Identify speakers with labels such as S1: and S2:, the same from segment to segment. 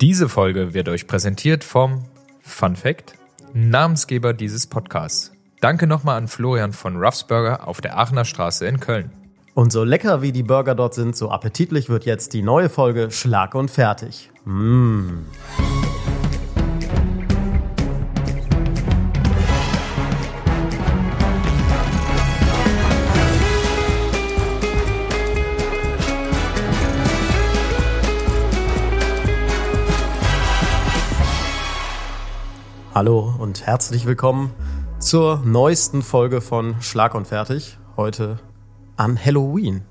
S1: Diese Folge wird euch präsentiert vom Fun Fact, Namensgeber dieses Podcasts. Danke nochmal an Florian von Ruffs Burger auf der Aachener Straße in Köln.
S2: Und so lecker wie die Burger dort sind, so appetitlich wird jetzt die neue Folge Schlag und Fertig. Mmh. Hallo und herzlich willkommen zur neuesten Folge von Schlag und Fertig. Heute an Halloween.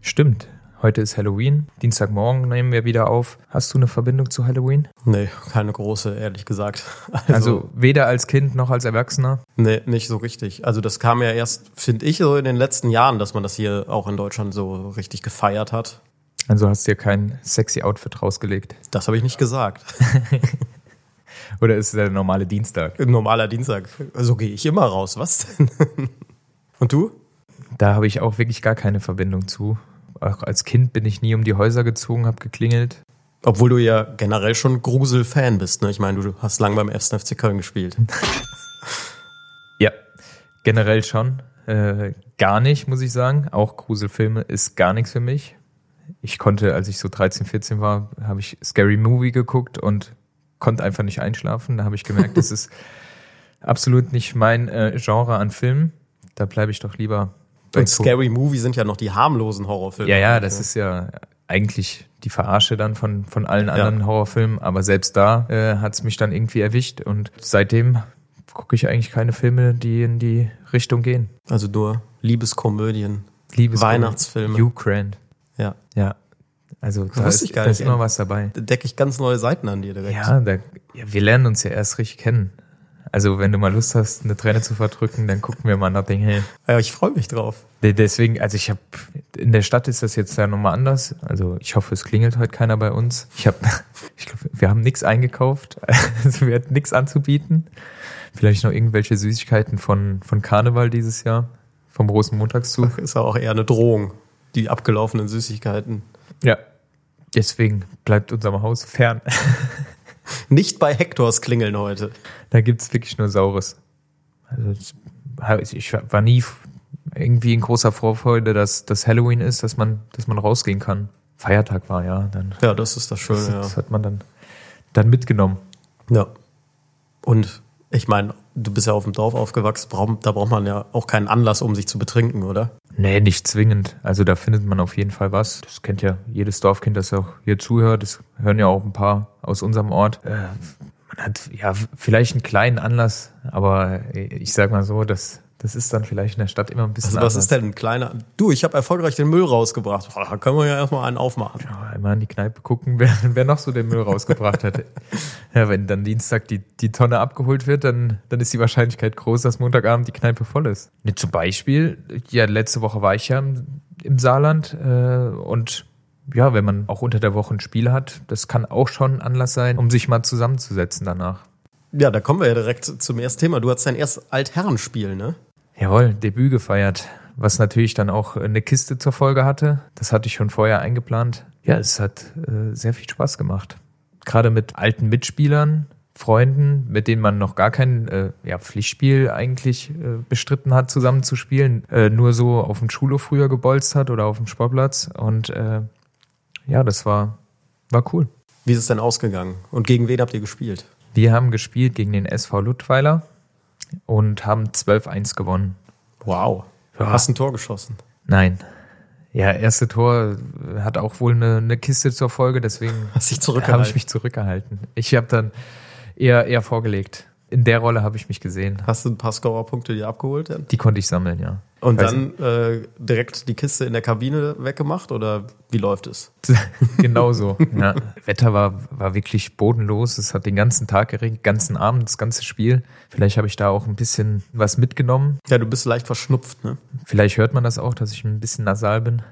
S1: Stimmt, heute ist Halloween. Dienstagmorgen nehmen wir wieder auf. Hast du eine Verbindung zu Halloween?
S2: Nee, keine große, ehrlich gesagt.
S1: Also, weder als Kind noch als Erwachsener.
S2: nee, nicht so richtig. Also das kam ja erst, finde ich, so in den letzten Jahren, dass man das hier auch in Deutschland so richtig gefeiert hat.
S1: Also hast du dir kein sexy Outfit rausgelegt.
S2: Das habe ich nicht gesagt.
S1: Oder ist es der normale Dienstag?
S2: Normaler Dienstag. So gehe ich immer raus. Was denn? Und du?
S1: Da habe ich auch wirklich gar keine Verbindung zu. Auch als Kind bin ich nie um die Häuser gezogen, habe geklingelt.
S2: Obwohl du ja generell schon Grusel-Fan bist. Ne? Ich meine, du hast lange beim 1. FC Köln gespielt.
S1: Ja, generell schon. Äh, gar nicht, muss ich sagen. Auch Gruselfilme ist gar nichts für mich. Ich konnte, als ich so 13, 14 war, habe ich Scary Movie geguckt und konnte einfach nicht einschlafen. Da habe ich gemerkt, das ist absolut nicht mein äh, Genre an Filmen. Da bleibe ich doch lieber bei
S2: Und
S1: Co-
S2: Scary Movie sind ja noch die harmlosen Horrorfilme.
S1: Ja, ja, das ist ja eigentlich die Verarsche dann von, von allen anderen Horrorfilmen, aber selbst da äh, hat's mich dann irgendwie erwischt und seitdem gucke ich eigentlich keine Filme, die in die Richtung gehen.
S2: Also nur Liebeskomödien.
S1: Liebes
S2: Weihnachtsfilme.
S1: Hugh Grant.
S2: Ja.
S1: Ja. Also da
S2: wusste
S1: ist,
S2: ich gar
S1: da ist
S2: nicht.
S1: immer was dabei.
S2: Da decke ich ganz neue Seiten an dir direkt.
S1: Ja, da, ja, wir lernen uns ja erst richtig kennen. Also wenn du mal Lust hast, eine Träne zu verdrücken, dann gucken wir mal Nothing Hill.
S2: Ja, ich freue mich drauf.
S1: De- Deswegen, also ich habe in der Stadt ist das jetzt ja nochmal anders. Also ich hoffe, es klingelt heute keiner bei uns. Ich habe, ich glaube, wir haben nichts eingekauft. Also wir hatten nichts anzubieten. Vielleicht noch irgendwelche Süßigkeiten von von Karneval dieses Jahr, vom großen Montagszug.
S2: Ist ja auch eher eine Drohung. Die abgelaufenen Süßigkeiten.
S1: Ja, deswegen bleibt unserem Haus fern.
S2: Nicht bei Hektors klingeln heute.
S1: Da gibt's wirklich nur Saures. Also es- ha- ich war nie f- irgendwie in großer Vorfreude, dass das Halloween ist, dass man dass man rausgehen kann. Feiertag war ja dann.
S2: Ja, das ist das Schöne, ja.
S1: Das hat man dann, dann mitgenommen.
S2: Ja. Und ich meine, du bist ja auf dem Dorf aufgewachsen, brauch- da braucht man ja auch keinen Anlass, um sich zu betrinken, oder?
S1: Nee, nicht zwingend. Also da findet man auf jeden Fall was. Das kennt ja jedes Dorfkind, das auch hier zuhört. Das hören ja auch ein paar aus unserem Ort. Äh, man hat ja vielleicht einen kleinen Anlass, aber äh, ich sag mal so, das, das ist dann vielleicht in der Stadt immer ein bisschen
S2: Also, was ist denn ein kleiner. Du, ich habe erfolgreich den Müll rausgebracht. Boah, da können wir ja erstmal einen aufmachen.
S1: Ja, Einmal in die Kneipe gucken, wer, wer noch so den Müll rausgebracht hätte. Ja, wenn dann Dienstag die, die Tonne abgeholt wird, dann, dann ist die Wahrscheinlichkeit groß, dass Montagabend die Kneipe voll ist. Ne, zum Beispiel, ja, letzte Woche war ich ja im, im Saarland äh, und ja, wenn man auch unter der Woche ein Spiel hat, das kann auch schon ein Anlass sein, um sich mal zusammenzusetzen danach.
S2: Ja, da kommen wir ja direkt zum ersten Thema. Du hattest dein erstes Altherrenspiel, ne?
S1: Jawohl, Debüt gefeiert, was natürlich dann auch äh, eine Kiste zur Folge hatte. Das hatte ich schon vorher eingeplant. Ja, es hat äh, sehr viel Spaß gemacht. Gerade mit alten Mitspielern, Freunden, mit denen man noch gar kein äh, ja, Pflichtspiel eigentlich äh, bestritten hat, zusammen zu spielen. Äh, nur so auf dem Schulhof früher gebolzt hat oder auf dem Sportplatz. Und äh, ja, das war, war cool.
S2: Wie ist es denn ausgegangen? Und gegen wen habt ihr gespielt?
S1: Wir haben gespielt gegen den SV Luttweiler und haben 12-1 gewonnen.
S2: Wow.
S1: Ja.
S2: Hast ein Tor geschossen.
S1: Nein. Ja, erste Tor äh, hat auch wohl eine, eine Kiste zur Folge, deswegen
S2: Hast dich
S1: habe
S2: zurückgehalten.
S1: ich mich zurückgehalten. Ich habe dann eher, eher vorgelegt. In der Rolle habe ich mich gesehen.
S2: Hast du ein paar Scorerpunkte dir abgeholt? Denn?
S1: Die konnte ich sammeln, ja.
S2: Und
S1: Weiß
S2: dann äh, direkt die Kiste in der Kabine weggemacht? Oder wie läuft es?
S1: Genauso. Ja. Wetter war, war wirklich bodenlos. Es hat den ganzen Tag geregnet, ganzen Abend, das ganze Spiel. Vielleicht habe ich da auch ein bisschen was mitgenommen.
S2: Ja, du bist leicht verschnupft, ne?
S1: Vielleicht hört man das auch, dass ich ein bisschen nasal bin.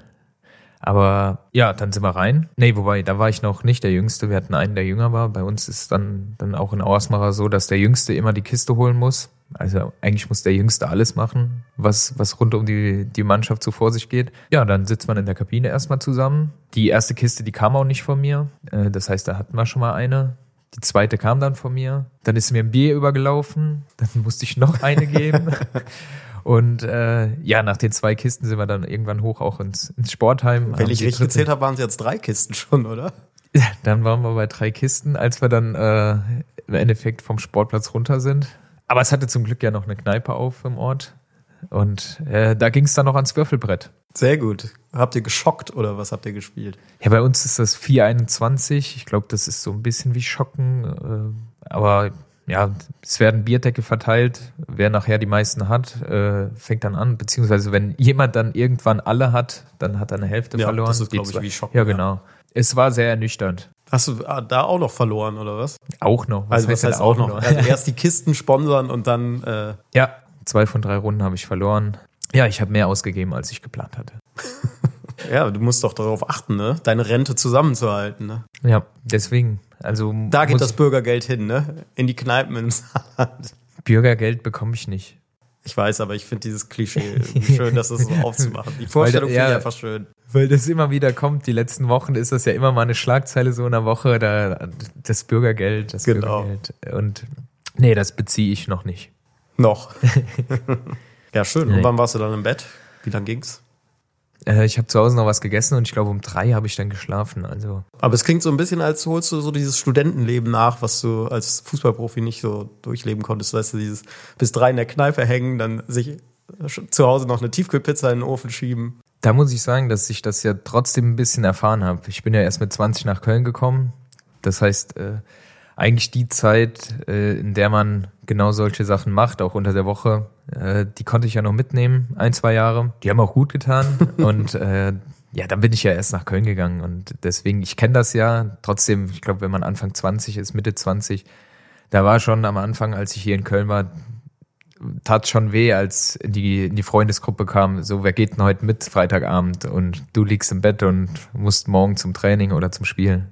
S1: Aber ja, dann sind wir rein. Nee, wobei, da war ich noch nicht der Jüngste. Wir hatten einen, der jünger war. Bei uns ist dann, dann auch in Ausmacher so, dass der Jüngste immer die Kiste holen muss. Also eigentlich muss der Jüngste alles machen, was, was rund um die, die Mannschaft so vor sich geht. Ja, dann sitzt man in der Kabine erstmal zusammen. Die erste Kiste, die kam auch nicht von mir. Äh, Das heißt, da hatten wir schon mal eine. Die zweite kam dann von mir. Dann ist mir ein Bier übergelaufen. Dann musste ich noch eine geben. Und äh, ja, nach den zwei Kisten sind wir dann irgendwann hoch auch ins, ins Sportheim. haben
S2: Wenn ich
S1: die
S2: richtig
S1: dritte-
S2: gezählt habe, waren es jetzt drei Kisten schon, oder?
S1: dann waren wir bei drei Kisten, als wir dann äh, im Endeffekt vom Sportplatz runter sind. Aber es hatte zum Glück ja noch eine Kneipe auf im Ort. Und äh, da ging es dann noch ans Würfelbrett.
S2: Sehr gut. Habt ihr geschockt oder was habt ihr gespielt?
S1: Ja, bei uns ist das 421. Ich glaube, das ist so ein bisschen wie Schocken. Äh, aber ja, es werden Bierdecke verteilt. Wer nachher die meisten hat, äh, fängt dann an. Beziehungsweise, wenn jemand dann irgendwann alle hat, dann hat er eine Hälfte
S2: Ja,
S1: verloren.
S2: das ist,
S1: Die
S2: glaub ich,
S1: zwei-
S2: wie Schocken,
S1: Ja,
S2: ja.
S1: genau. Es war sehr ernüchternd.
S2: Hast du ah, da auch noch verloren, oder was?
S1: Auch noch.
S2: also was
S1: denn
S2: heißt auch noch? Also erst die Kisten sponsern und dann äh,
S1: Ja, zwei von drei Runden habe ich verloren. Ja, ich habe mehr ausgegeben, als ich geplant hatte.
S2: Ja, du musst doch darauf achten, ne? Deine Rente zusammenzuhalten, ne?
S1: Ja, deswegen. Also
S2: Da geht
S1: muss-
S2: das Bürgergeld hin, ne? In die Kneipen ins Saarland.
S1: Bürgergeld bekomme ich nicht.
S2: Ich weiß, aber ich finde dieses Klischee schön, dass es so aufzumachen. Die Vorstellung
S1: Weil da-
S2: finde ich
S1: ja.
S2: einfach schön.
S1: Weil das immer wieder kommt, die letzten Wochen ist das ja immer mal eine Schlagzeile so in der Woche, da, das Bürgergeld, das
S2: Genau.
S1: Bürgergeld. Und nee, das beziehe ich noch nicht.
S2: Noch. ja, schön. Und
S1: Nee.
S2: wann warst du dann im Bett? Wie lang ging's?
S1: Äh, ich habe zu Hause noch was gegessen und ich glaube um drei habe ich dann geschlafen. Also
S2: Aber es klingt so ein bisschen, als holst du so dieses Studentenleben nach, was du als Fußballprofi nicht so durchleben konntest. Weißt du, dieses bis drei in der Kneipe hängen, dann sich äh, zu Hause noch eine Tiefkühlpizza in den Ofen schieben.
S1: Da muss ich sagen, dass ich das ja trotzdem ein bisschen erfahren habe. Ich bin ja erst mit 20 nach Köln gekommen. Das heißt, äh, eigentlich die Zeit, äh, in der man genau solche Sachen macht, auch unter der Woche, äh, die konnte ich ja noch mitnehmen, ein, zwei Jahre. Die haben auch gut getan. und äh, ja, dann bin ich ja erst nach Köln gegangen. Und deswegen, ich kenne das ja. Trotzdem, ich glaube, wenn man Anfang 20 ist, Mitte 20, da war schon am Anfang, als ich hier in Köln war, tat schon weh, als die, die Freundesgruppe kam, so, wer geht denn heute mit Freitagabend und du liegst im Bett und musst morgen zum Training oder zum Spiel.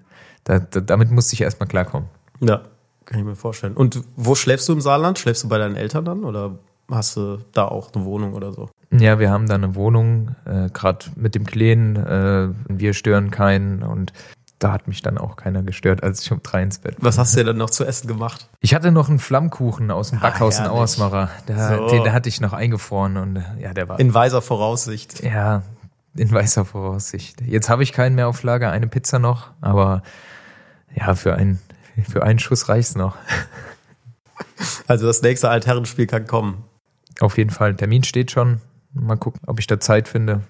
S1: Da, da, damit musste ich erstmal klarkommen.
S2: Ja, kann ich mir vorstellen. Und wo schläfst du im Saarland? Schläfst du bei deinen Eltern dann oder hast du da auch eine Wohnung oder so?
S1: Ja, wir haben da eine Wohnung, äh, gerade mit dem Kleen, äh, wir stören keinen und da hat mich dann auch keiner gestört, als ich um drei ins Bett war.
S2: Was hast du dir dann noch zu essen gemacht?
S1: Ich hatte noch einen Flammkuchen aus dem Backhaus in
S2: Ah, herrlich.
S1: Auersmacher. Da,
S2: So.
S1: Den hatte ich noch eingefroren und äh, ja, der war
S2: In weiser Voraussicht.
S1: Ja, in weißer Voraussicht. Jetzt habe ich keinen mehr auf Lager, eine Pizza noch, aber ja, für einen, für einen Schuss reicht's noch.
S2: Also das nächste Altherrenspiel kann kommen.
S1: Auf jeden Fall, Termin steht schon. Mal gucken, ob ich da Zeit finde,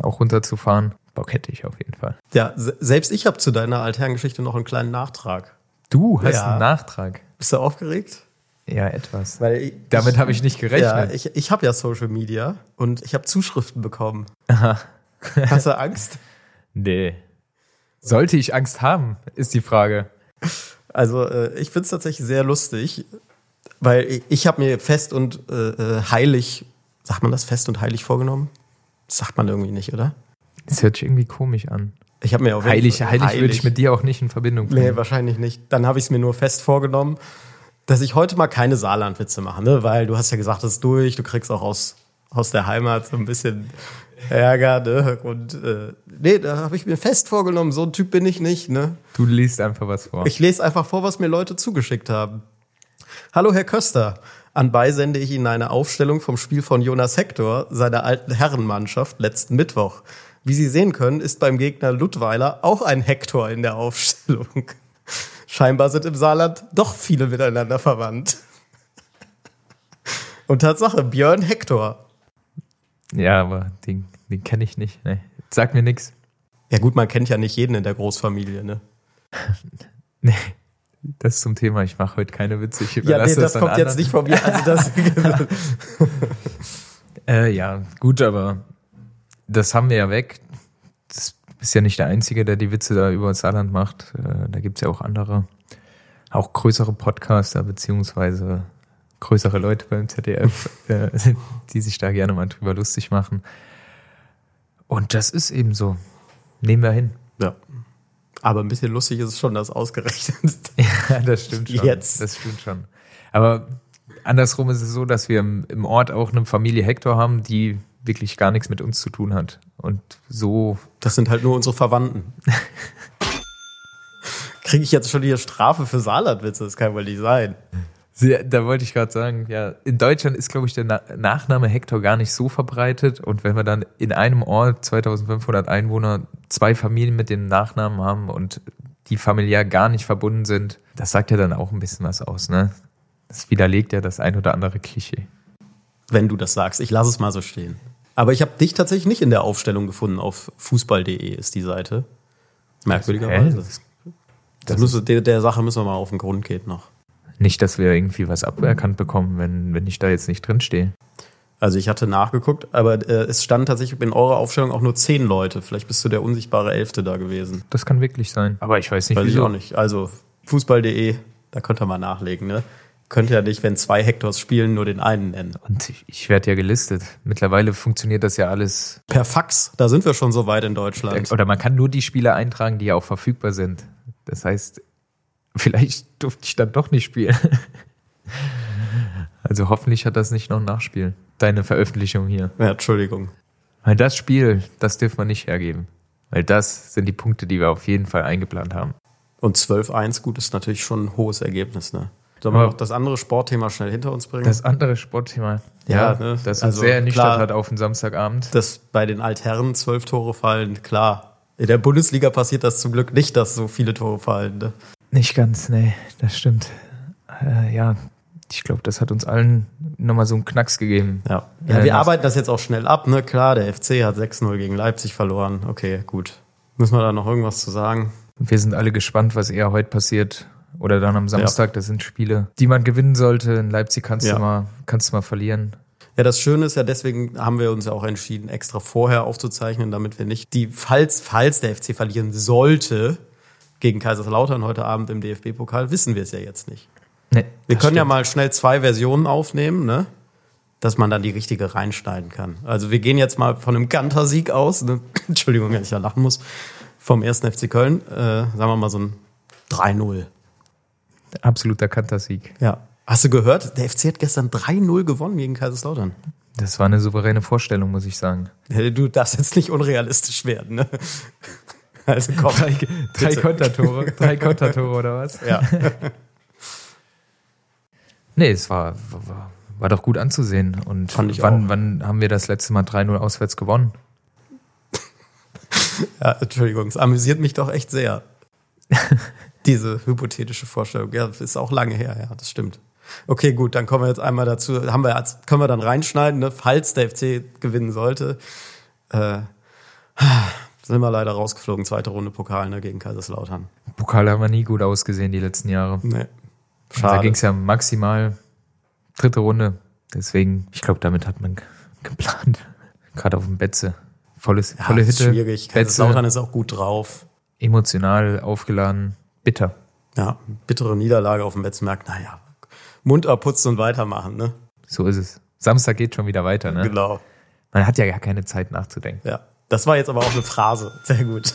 S1: auch runterzufahren. Bock hätte ich auf jeden Fall.
S2: Ja, se- selbst ich habe zu deiner Altherrengeschichte noch einen kleinen Nachtrag.
S1: Du hast
S2: Ja.
S1: einen Nachtrag.
S2: Bist du aufgeregt?
S1: Ja, etwas.
S2: Weil ich,
S1: Damit habe ich nicht
S2: ja,
S1: gerechnet.
S2: ich, ich habe ja Social Media und ich habe Zuschriften bekommen.
S1: Aha.
S2: Hast du Angst?
S1: nee. Sollte ich Angst haben, ist die Frage.
S2: Also äh, ich find's tatsächlich sehr lustig, weil ich, ich habe mir fest und äh, äh, heilig, sagt man das fest und heilig vorgenommen? Das sagt man irgendwie nicht, oder?
S1: Es hört sich irgendwie komisch an.
S2: Ich habe mir auf jeden
S1: Heilig,
S2: Fall-
S1: heilig, würde ich mit dir auch nicht in Verbindung
S2: Nee,
S1: bringen.
S2: wahrscheinlich nicht. Dann habe ich es mir nur fest vorgenommen, dass ich heute mal keine Saarlandwitze mache, ne? weil du hast ja gesagt, das ist durch, du kriegst auch aus, aus der Heimat so ein bisschen Ärger. Ne? Und äh, nee, da habe ich mir fest vorgenommen, so ein Typ bin ich nicht. Ne?
S1: du liest einfach was vor.
S2: Ich lese einfach vor, was mir Leute zugeschickt haben. Hallo, Herr Köster. Anbei sende ich Ihnen eine Aufstellung vom Spiel von Jonas Hector, seiner alten Herrenmannschaft, letzten Mittwoch. Wie Sie sehen können, ist beim Gegner Ludweiler auch ein Hector in der Aufstellung. Scheinbar sind im Saarland doch viele miteinander verwandt. Und Tatsache, Björn Hector.
S1: Ja, aber den, den kenne ich nicht. Nee. Sag mir nix.
S2: Ja gut, man kennt ja nicht jeden in der Großfamilie, ne?
S1: Nee. Das zum Thema, ich mache heute keine Witze. Ich
S2: Ja, nee,
S1: überlasse
S2: das
S1: dann
S2: kommt
S1: anderen.
S2: jetzt nicht von mir. Also das,
S1: Äh, ja, gut, aber das haben wir ja weg. Das ist ja nicht der Einzige, der die Witze da über das Saarland macht. Äh, da gibt's ja auch andere, auch größere Podcaster beziehungsweise größere Leute beim ZDF, äh, die sich da gerne mal drüber lustig machen. Und das ist eben so. Nehmen wir hin.
S2: Ja. Aber ein bisschen lustig ist es schon, dass ausgerechnet.
S1: Ja, das stimmt schon.
S2: Jetzt.
S1: Das stimmt schon. Aber andersrum ist es so, dass wir im, im Ort auch eine Familie Hector haben, die wirklich gar nichts mit uns zu tun hat. Und so
S2: Das sind halt nur unsere Verwandten. Kriege ich jetzt schon die Strafe für Saarlandwitze? Das kann wohl nicht sein.
S1: Sehr, da wollte ich gerade sagen, ja, in Deutschland ist, glaube ich, der Na Nachname Hector gar nicht so verbreitet. Und wenn wir dann in einem Ort 2500 Einwohner zwei Familien mit dem Nachnamen haben und die familiär gar nicht verbunden sind, das sagt ja dann auch ein bisschen was aus, ne? Das widerlegt ja das ein oder andere Klischee.
S2: Wenn du das sagst. Ich lasse es mal so stehen. Aber ich habe dich tatsächlich nicht in der Aufstellung gefunden. Auf fußball.de ist die Seite. Merkwürdigerweise.
S1: Das-
S2: Das, müsste, der, der Sache müssen wir mal auf den Grund gehen noch.
S1: Nicht, dass wir irgendwie was aberkannt bekommen, wenn, wenn ich da jetzt nicht drinstehe.
S2: Also ich hatte nachgeguckt, aber äh, es standen tatsächlich in eurer Aufstellung auch nur zehn Leute. Vielleicht bist du der unsichtbare Elfte da gewesen.
S1: Das kann wirklich sein. Aber ich weiß nicht,
S2: Weiß ich
S1: wieso.
S2: auch nicht. Also fußball.de, da könnt ihr mal nachlegen. Ne? Könnt ihr ja nicht, wenn zwei Hektors spielen, nur den einen nennen.
S1: Und ich, ich werde ja gelistet. Mittlerweile funktioniert das ja alles
S2: Per Fax, da sind wir schon so weit in Deutschland.
S1: Oder man kann nur die Spieler eintragen, die ja auch verfügbar sind. Das heißt, vielleicht durfte ich dann doch nicht spielen. Also hoffentlich hat das nicht noch ein Nachspiel. Deine Veröffentlichung hier.
S2: Ja, Entschuldigung.
S1: Weil das Spiel, das dürfen wir nicht hergeben. Weil das sind die Punkte, die wir auf jeden Fall eingeplant haben.
S2: Und 12-1, gut, ist natürlich schon ein hohes Ergebnis. Ne? Sollen wir
S1: Aber-
S2: noch das andere Sportthema schnell hinter uns bringen?
S1: Das andere Sportthema. Ja,
S2: Ja, ne?
S1: das uns
S2: Also,
S1: sehr ernüchtert
S2: klar.
S1: hat auf den Samstagabend.
S2: dass bei den Altherren zwölf Tore fallen, klar. In der Bundesliga passiert das zum Glück nicht, dass so viele Tore fallen. Ne?
S1: Nicht ganz, nee, das stimmt. Äh, ja, ich glaube, das hat uns allen nochmal so einen Knacks gegeben.
S2: Ja.
S1: Ja,
S2: ja, wir
S1: das-
S2: arbeiten das jetzt auch schnell ab, ne? Klar, der FC hat 6-0 gegen Leipzig verloren. Okay, gut. Müssen wir da noch irgendwas zu sagen?
S1: Wir sind alle gespannt, was eher heute passiert. Oder dann am Samstag, das sind Spiele, die man gewinnen sollte. In Leipzig kannst,
S2: Ja.
S1: du, mal, kannst du mal verlieren.
S2: Ja, das Schöne ist ja, deswegen haben wir uns ja auch entschieden, extra vorher aufzuzeichnen, damit wir nicht die, falls, falls der FC verlieren sollte, gegen Kaiserslautern heute Abend im DFB-Pokal, wissen wir es ja jetzt nicht.
S1: Nee,
S2: Wir
S1: das
S2: können ja
S1: stimmt.
S2: mal schnell zwei Versionen aufnehmen, ne? Dass man dann die richtige reinschneiden kann. Also wir gehen jetzt mal von einem Ganter-Sieg aus. Ne? Entschuldigung, wenn ich da lachen muss. Vom 1. FC Köln. Äh, sagen wir mal so ein 3-0.
S1: Absoluter Kantersieg.
S2: Ja. Hast du gehört? Der FC hat gestern 3-0 gewonnen gegen Kaiserslautern.
S1: Das war eine souveräne Vorstellung, muss ich sagen.
S2: Hey, Du darfst jetzt nicht unrealistisch werden, ne? Also komm.
S1: Drei
S2: bitte.
S1: Kontertore, drei Kontertore oder was?
S2: Ja.
S1: Nee, es war, war, war doch gut anzusehen. Und
S2: Fand ich
S1: wann,
S2: auch.
S1: wann haben wir das letzte Mal 3-0 auswärts gewonnen?
S2: ja, Entschuldigung, es amüsiert mich doch echt sehr. Diese hypothetische Vorstellung. Ja, das ist auch lange her, ja, das stimmt. Okay, gut, dann kommen wir jetzt einmal dazu. Haben wir als, können wir dann reinschneiden, ne? falls der FC gewinnen sollte. Äh, sind wir leider rausgeflogen, zweite Runde Pokal ne, gegen Kaiserslautern.
S1: Pokal haben wir nie gut ausgesehen die letzten Jahre.
S2: Nee.
S1: Da
S2: Schade.
S1: ging es ja maximal dritte Runde. Deswegen, ich glaube, damit hat man ge- geplant. Gerade auf dem Betze. Volles,
S2: Ja,
S1: volle
S2: ist
S1: Hütte.
S2: Schwierig. Also Kaiserslautern
S1: Betze,
S2: ist auch gut drauf.
S1: emotional aufgeladen. Bitter.
S2: Ja, bittere Niederlage auf dem Wetzmarkt. Naja, Mund abputzen und weitermachen, ne?
S1: So ist es. Samstag geht schon wieder weiter. Ne?
S2: Genau.
S1: Man hat ja gar keine Zeit nachzudenken.
S2: Ja, das war jetzt aber auch eine Phrase. Sehr gut.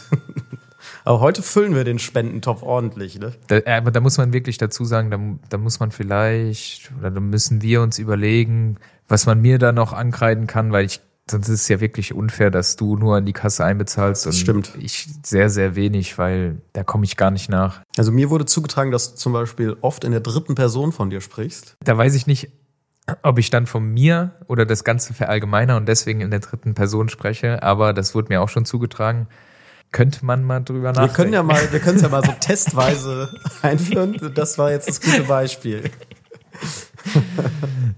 S2: aber heute füllen wir den Spendentopf ordentlich, ne?
S1: Da, äh, aber da muss man wirklich dazu sagen, da, mu- da muss man vielleicht, oder da müssen wir uns überlegen, was man mir da noch ankreiden kann, weil ich, sonst ist es ja wirklich unfair, dass du nur in die Kasse einbezahlst und
S2: stimmt.
S1: ich sehr, sehr wenig, weil da komme ich gar nicht nach.
S2: Also mir wurde zugetragen, dass du zum Beispiel oft in der dritten Person von dir sprichst.
S1: da weiß ich nicht, ob ich dann von mir oder das Ganze verallgemeiner und deswegen in der dritten Person spreche, aber das wurde mir auch schon zugetragen. Könnte man mal drüber nachdenken.
S2: Wir können ja mal, wir können es ja mal so testweise einführen. Das war jetzt das gute Beispiel.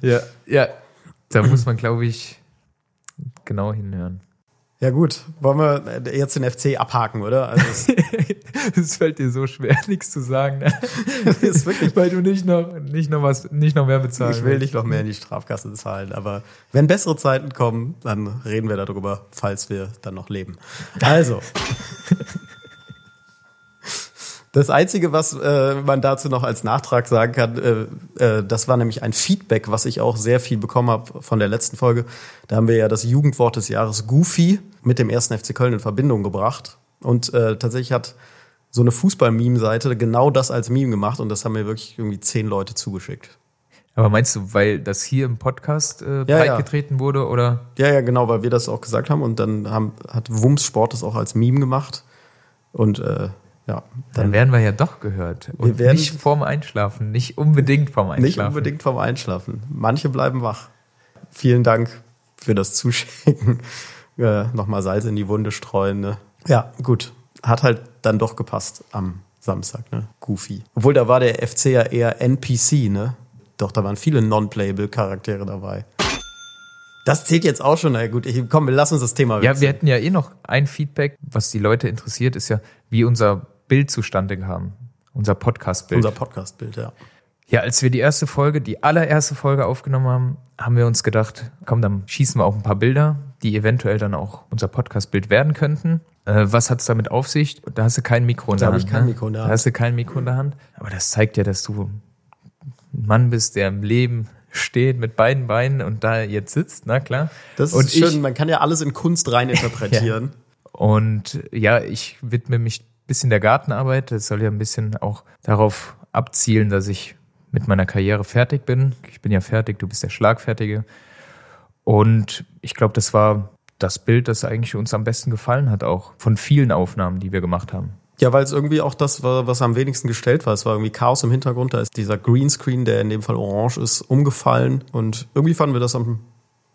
S1: ja, ja. Da muss man, glaube ich, genau hinhören.
S2: Ja gut, wollen wir jetzt den FC abhaken, oder? Also es
S1: Es fällt dir so schwer, nichts zu sagen, ne?
S2: ist wirklich
S1: weil du nicht noch, nicht noch was, nicht noch mehr bezahlen
S2: Ich will
S1: willst.
S2: nicht noch mehr in die Strafkasse zahlen, aber wenn bessere Zeiten kommen, dann reden wir darüber, falls wir dann noch leben. Also. Das Einzige, was äh, man dazu noch als Nachtrag sagen kann, äh, äh, das war nämlich ein Feedback, was ich auch sehr viel bekommen habe von der letzten Folge. Da haben wir ja das Jugendwort des Jahres Goofy mit dem ersten FC Köln in Verbindung gebracht. Und äh, tatsächlich hat so eine Fußball-Meme-Seite genau das als Meme gemacht und das haben mir wirklich irgendwie zehn Leute zugeschickt.
S1: Aber meinst du, weil das hier im Podcast äh,
S2: ja.
S1: breitgetreten wurde oder?
S2: Ja, ja, genau, weil wir das auch gesagt haben und dann haben, hat Wums Sport das auch als Meme gemacht und äh, ja,
S1: Dann
S2: dann
S1: werden wir ja doch gehört. Und
S2: werden-
S1: nicht vorm Einschlafen, nicht unbedingt vorm Einschlafen.
S2: nicht unbedingt vom Einschlafen. Manche bleiben wach. Vielen Dank für das Zuschicken. Äh, Nochmal Salz in die Wunde streuen. Ne? Ja, gut. Hat halt dann doch gepasst am Samstag, ne? Goofy. Obwohl da war der FC ja eher NPC, ne? Doch, da waren viele Non-Playable-Charaktere dabei. Das zählt jetzt auch schon. Na gut, ich, komm, lass uns das Thema
S1: Ja, wir hätten ja eh noch ein Feedback, was die Leute interessiert, ist ja, wie unser Bild zustande kam. Unser Podcast-Bild.
S2: Unser Podcast-Bild, ja.
S1: Ja, als wir die erste Folge, die allererste Folge aufgenommen haben, haben wir uns gedacht, komm, dann schießen wir auch ein paar Bilder, die eventuell dann auch unser Podcast-Bild werden könnten. Äh, was hat's damit auf sich? Da hast du kein Mikro in
S2: Da
S1: der
S2: hab
S1: Hand.
S2: ich kein
S1: ne?
S2: Mikro in der
S1: Da
S2: Hand.
S1: hast du kein Mikro in der Hand. Aber das zeigt ja, dass du ein Mann bist, der im Leben steht mit beiden Beinen und da jetzt sitzt, na klar.
S2: Das
S1: und
S2: ist schön.
S1: Ich,
S2: Man kann ja alles in Kunst reininterpretieren.
S1: und ja, ich widme mich ein bisschen der Gartenarbeit. Das soll ja ein bisschen auch darauf abzielen, dass ich mit meiner Karriere fertig bin. Ich bin ja fertig, du bist der Schlagfertige. Und ich glaube, das war das Bild, das eigentlich uns am besten gefallen hat, auch von vielen Aufnahmen, die wir gemacht haben.
S2: Ja, weil es irgendwie auch das war, was am wenigsten gestellt war. Es war irgendwie Chaos im Hintergrund. Da ist dieser Greenscreen, der in dem Fall orange ist, umgefallen. Und irgendwie fanden wir das am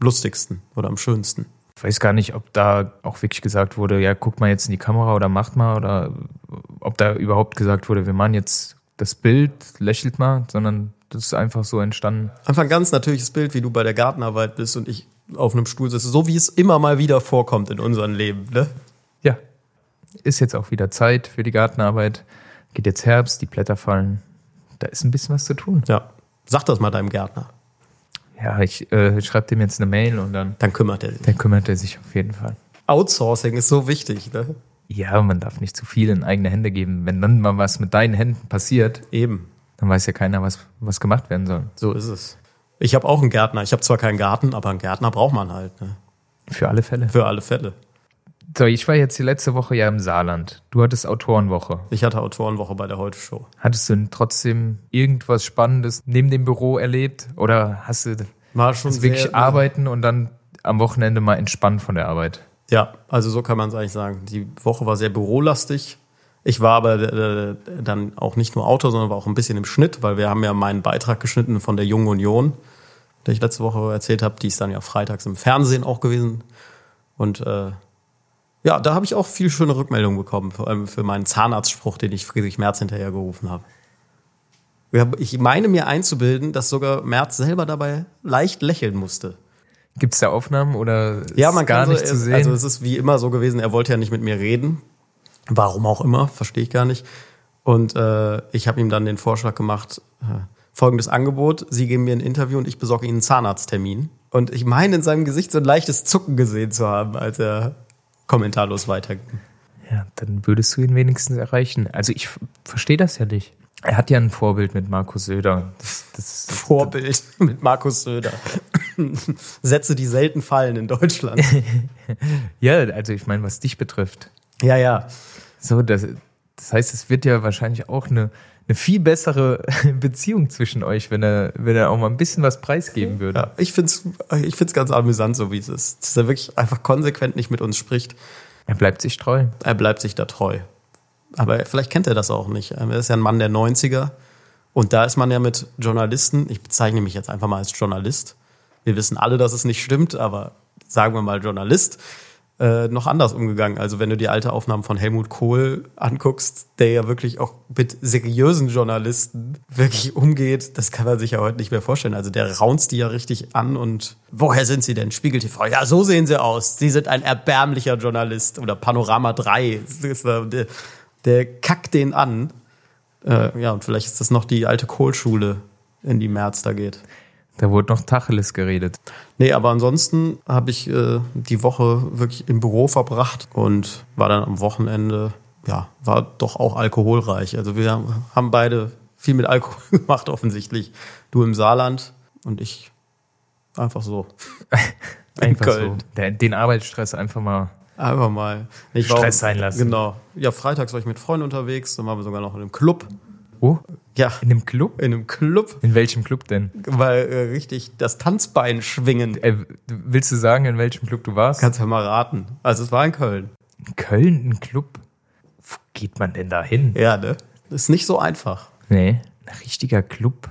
S2: lustigsten oder am schönsten.
S1: Ich weiß gar nicht, ob da auch wirklich gesagt wurde, ja, guck mal jetzt in die Kamera oder macht mal oder ob da überhaupt gesagt wurde, wir machen jetzt das Bild, lächelt mal, sondern das ist einfach so entstanden.
S2: Einfach ein ganz natürliches Bild, wie du bei der Gartenarbeit bist und ich auf einem Stuhl sitze. So wie es immer mal wieder vorkommt in unserem Leben. Ne?
S1: Ja, ist jetzt auch wieder Zeit für die Gartenarbeit. Geht jetzt Herbst, die Blätter fallen. Da ist ein bisschen was zu tun.
S2: Ja. Sag das mal deinem Gärtner.
S1: Ja, ich äh, schreibe dem jetzt eine Mail und dann,
S2: Dann kümmert er sich.
S1: dann kümmert er sich auf jeden Fall.
S2: Outsourcing ist so wichtig. Ne?
S1: Ja, man darf nicht zu viel in eigene Hände geben. Wenn dann mal was mit deinen Händen passiert,
S2: Eben.
S1: dann weiß ja keiner, was, was gemacht werden soll.
S2: So ist es. Ich habe auch einen Gärtner. Ich habe zwar keinen Garten, aber einen Gärtner braucht man halt. Ne?
S1: Für alle Fälle.
S2: Für alle Fälle.
S1: So, ich war jetzt die letzte Woche ja im Saarland. Du hattest Autorenwoche.
S2: Ich hatte Autorenwoche bei der Heute-Show.
S1: Hattest du denn trotzdem irgendwas Spannendes neben dem Büro erlebt? Oder hast du
S2: War schon
S1: das wirklich
S2: sehr-
S1: arbeiten und dann am Wochenende mal entspannen von der Arbeit?
S2: Ja, also so kann man es eigentlich sagen. Die Woche war sehr bürolastig. Ich war aber äh, dann auch nicht nur Autor, sondern war auch ein bisschen im Schnitt, weil wir haben ja meinen Beitrag geschnitten von der Jungen Union, der ich letzte Woche erzählt habe. Die ist dann ja freitags im Fernsehen auch gewesen. Und äh, ja, da habe ich auch viel schöne Rückmeldungen bekommen, vor allem für meinen Zahnarztspruch, den ich Friedrich Merz hinterhergerufen habe. Wir haben- Ich meine mir einzubilden, dass sogar Merz selber dabei leicht lächeln musste.
S1: Gibt es da Aufnahmen oder ist
S2: Ja, man
S1: gar
S2: kann
S1: nicht
S2: so,
S1: zu sehen?
S2: Also es ist wie immer so gewesen, er wollte ja nicht mit mir reden. Warum auch immer, verstehe ich gar nicht. Und äh, ich habe ihm dann den Vorschlag gemacht, äh, folgendes Angebot, Sie geben mir ein Interview und ich besorge Ihnen einen Zahnarzttermin. Und ich meine in seinem Gesicht so ein leichtes Zucken gesehen zu haben, als er kommentarlos weiterging.
S1: ja, dann würdest du ihn wenigstens erreichen. Also ich verstehe das ja nicht. Er hat ja ein Vorbild mit Markus Söder. Das, das, das,
S2: Vorbild mit Markus Söder. Sätze, die selten fallen in Deutschland.
S1: ja, also ich meine, was dich betrifft.
S2: ja, ja.
S1: So, das, das heißt, es wird ja wahrscheinlich auch eine, eine viel bessere Beziehung zwischen euch, wenn er, wenn er auch mal ein bisschen was preisgeben würde.
S2: Ja, ich finde es ich find's ganz amüsant, so wie es ist. Dass er wirklich einfach konsequent nicht mit uns spricht.
S1: Er bleibt sich treu.
S2: er bleibt sich da treu. Aber vielleicht kennt er das auch nicht. Er ist ja ein Mann der 90er. Und da ist man ja mit Journalisten, ich bezeichne mich jetzt einfach mal als Journalist. Wir wissen alle, dass es nicht stimmt, aber sagen wir mal Journalist, äh, noch anders umgegangen. Also wenn du die alte Aufnahmen von Helmut Kohl anguckst, der ja wirklich auch mit seriösen Journalisten wirklich umgeht, das kann man sich ja heute nicht mehr vorstellen. Also der raunzt die ja richtig an und woher sind sie denn? Spiegel TV, ja, so sehen sie aus. Sie sind ein erbärmlicher Journalist oder Panorama 3. Das ist, äh, Der, der kackt den an. Äh, ja, und vielleicht ist das noch die alte Kohlschule, in die März da geht.
S1: Da wurde noch Tacheles geredet.
S2: Nee, aber ansonsten habe ich äh, die Woche wirklich im Büro verbracht und war dann am Wochenende, ja, war doch auch alkoholreich. Also wir haben- haben beide viel mit Alkohol gemacht, offensichtlich. Du im Saarland und ich einfach so. In
S1: Einfach
S2: Köln.
S1: so. Der, den Arbeitsstress einfach mal.
S2: Einfach mal. Ich
S1: Stress sein lassen.
S2: Genau. Ja, freitags war ich mit Freunden unterwegs, dann waren wir sogar noch in einem Club.
S1: Oh,
S2: Ja,
S1: In dem Club?
S2: in einem Club,
S1: In welchem Club denn?
S2: weil äh, richtig das Tanzbein schwingen.
S1: Äh, willst du sagen, in welchem Club du warst?
S2: Kannst ja mal raten. Also es war in Köln.
S1: in Köln ein Club? Wo geht man denn da hin?
S2: Ja, ne? Ist nicht so einfach.
S1: Nee, ein richtiger Club,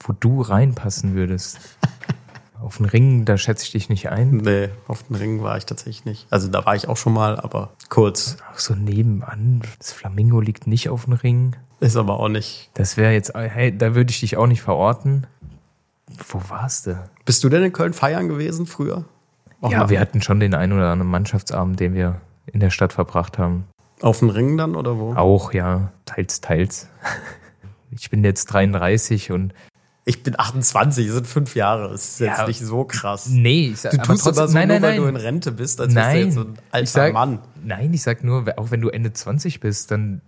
S1: wo du reinpassen würdest. Auf den Ring, da schätze ich dich nicht ein.
S2: Nee, auf den Ringen war ich tatsächlich nicht. Also da war ich auch schon mal, aber kurz.
S1: Auch so nebenan, das Flamingo liegt nicht auf dem Ring.
S2: Ist aber auch nicht.
S1: Das wäre jetzt, äh, hey, da würde ich dich auch nicht verorten. Wo warst du?
S2: Bist du denn in Köln feiern gewesen früher? Auch
S1: ja,
S2: mal
S1: wir hatten schon den einen oder anderen Mannschaftsabend, den wir in der Stadt verbracht haben.
S2: Auf den Ringen dann oder wo?
S1: Auch, ja, teils, teils. Ich bin jetzt 33 und
S2: Ich bin 28, das sind fünf Jahre. Das ist jetzt
S1: Ja.
S2: nicht so krass.
S1: nee, ich sag,
S2: Du tust aber so,
S1: nein,
S2: nur,
S1: nein,
S2: weil
S1: nein.
S2: du in Rente bist, als wärst du
S1: Nein,
S2: jetzt so ein alter
S1: ich sag,
S2: Mann.
S1: Nein, ich sag nur, auch wenn du Ende 20 bist, dann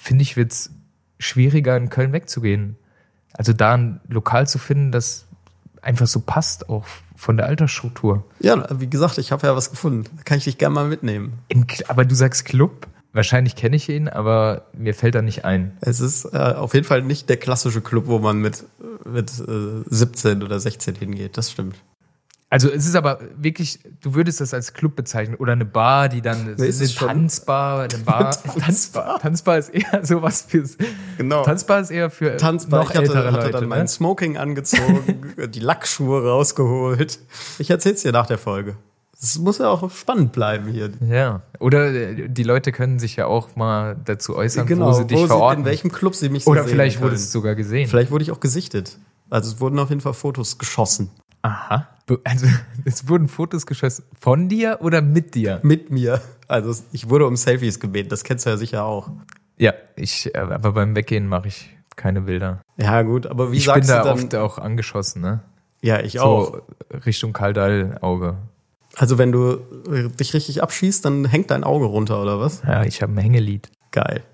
S1: finde ich, wird's schwieriger, in Köln wegzugehen. Also da ein Lokal zu finden, das einfach so passt, auch von der Altersstruktur.
S2: Ja, wie gesagt, ich habe ja was gefunden. Da kann ich dich gerne mal mitnehmen.
S1: Im, Cl- aber du sagst Club, wahrscheinlich kenne ich ihn, aber mir fällt da nicht ein.
S2: Es ist äh, auf jeden Fall nicht der klassische Club, wo man mit, mit äh, 17 oder 16 hingeht. Das stimmt.
S1: Also es ist aber wirklich, du würdest das als Club bezeichnen oder eine Bar, die dann
S2: Nee, ist
S1: eine
S2: es schon.
S1: Tanzbar, eine Bar. Tanzbar. Tanzbar ist eher sowas fürs.
S2: Genau.
S1: Tanzbar ist eher für
S2: Tanzbar.
S1: noch
S2: ich hatte,
S1: ältere
S2: hatte
S1: Leute.
S2: dann
S1: ne?
S2: mein Smoking angezogen, die Lackschuhe rausgeholt. Ich erzähl's dir nach der Folge. Es muss ja auch spannend bleiben hier.
S1: ne? Ja, oder äh, die Leute können sich ja auch mal dazu äußern, wo sie dich
S2: Genau, in
S1: verorten.
S2: welchem Club sie mich so
S1: oder
S2: sehen
S1: vielleicht
S2: können.
S1: wurde es sogar gesehen.
S2: Vielleicht wurde ich auch gesichtet. Also es wurden auf jeden Fall Fotos geschossen.
S1: Aha. Be- Also es wurden Fotos geschossen von dir oder mit dir?
S2: Mit mir. Also es- ich wurde um Selfies gebeten. Das kennst du ja sicher auch.
S1: Ja, ich, äh, aber beim Weggehen mache ich keine Bilder.
S2: Ja gut, aber wie
S1: Ich bin
S2: sagst
S1: da
S2: du dann?
S1: oft auch angeschossen, ne?
S2: ja, ich auch.
S1: So Richtung Kaldall-Auge.
S2: Also wenn du äh, dich richtig abschießt, dann hängt dein Auge runter oder was?
S1: Ja, ich habe ein Hängelied.
S2: Geil.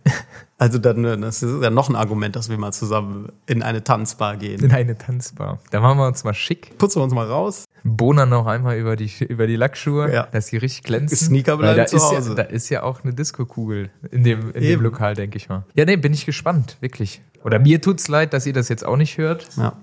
S2: Also dann, äh, das ist ja noch ein Argument, dass wir mal zusammen in eine Tanzbar gehen.
S1: In eine Tanzbar. Da machen wir uns mal schick.
S2: Putzen wir uns mal raus.
S1: Bohnen noch einmal über die, über die Lackschuhe,
S2: Ja.
S1: dass die richtig glänzen.
S2: Sneaker
S1: Weil
S2: bleiben
S1: da
S2: zu
S1: ist
S2: Hause.
S1: Ja, da ist ja auch eine Disco-Kugel in dem, in dem
S2: Eben.
S1: Lokal, denke ich mal. Ja, nee, bin ich gespannt, wirklich. Oder mir tut's leid, dass ihr das jetzt auch nicht hört.
S2: Ja.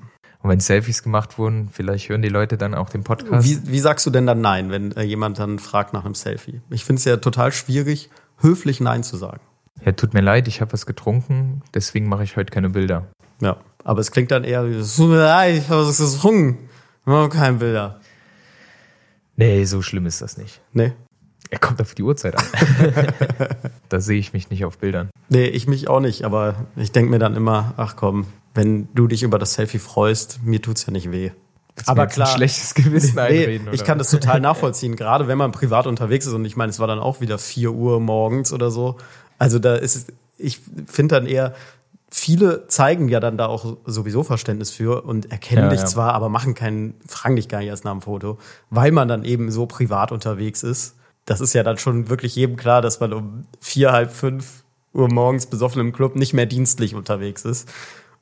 S1: Und wenn Selfies gemacht wurden, vielleicht hören die Leute dann auch den Podcast.
S2: Wie, wie sagst du denn dann Nein, wenn äh, jemand dann fragt nach einem Selfie? Ich finde es ja total schwierig, höflich Nein zu sagen.
S1: Ja, tut mir leid, ich habe was getrunken, deswegen mache ich heute keine Bilder.
S2: Ja, aber es klingt dann eher wie, es tut mir leid, ich habe es gesungen. Oh, kein Bilder.
S1: Nee, so schlimm ist das nicht.
S2: Nee.
S1: Er kommt auf die Uhrzeit an. da sehe ich mich nicht auf Bildern.
S2: Nee, ich mich auch nicht, aber ich denke mir dann immer, ach komm, wenn du dich über das Selfie freust, mir tut's ja nicht weh.
S1: Willst du mir jetzt ein schlechtes Gewissen einreden.
S2: ich
S1: oder?
S2: kann das total nachvollziehen, gerade wenn man privat unterwegs ist. Und ich meine, es war dann auch wieder 4 Uhr morgens oder so. Also da ist, es- ich finde dann eher, viele zeigen ja dann da auch sowieso Verständnis für und erkennen
S1: Ja,
S2: dich
S1: ja.
S2: zwar, aber machen keinen, fragen dich gar nicht erst nach dem Foto, weil man dann eben so privat unterwegs ist. Das ist ja dann schon wirklich jedem klar, dass man um vier, halb fünf Uhr morgens besoffen im Club nicht mehr dienstlich unterwegs ist.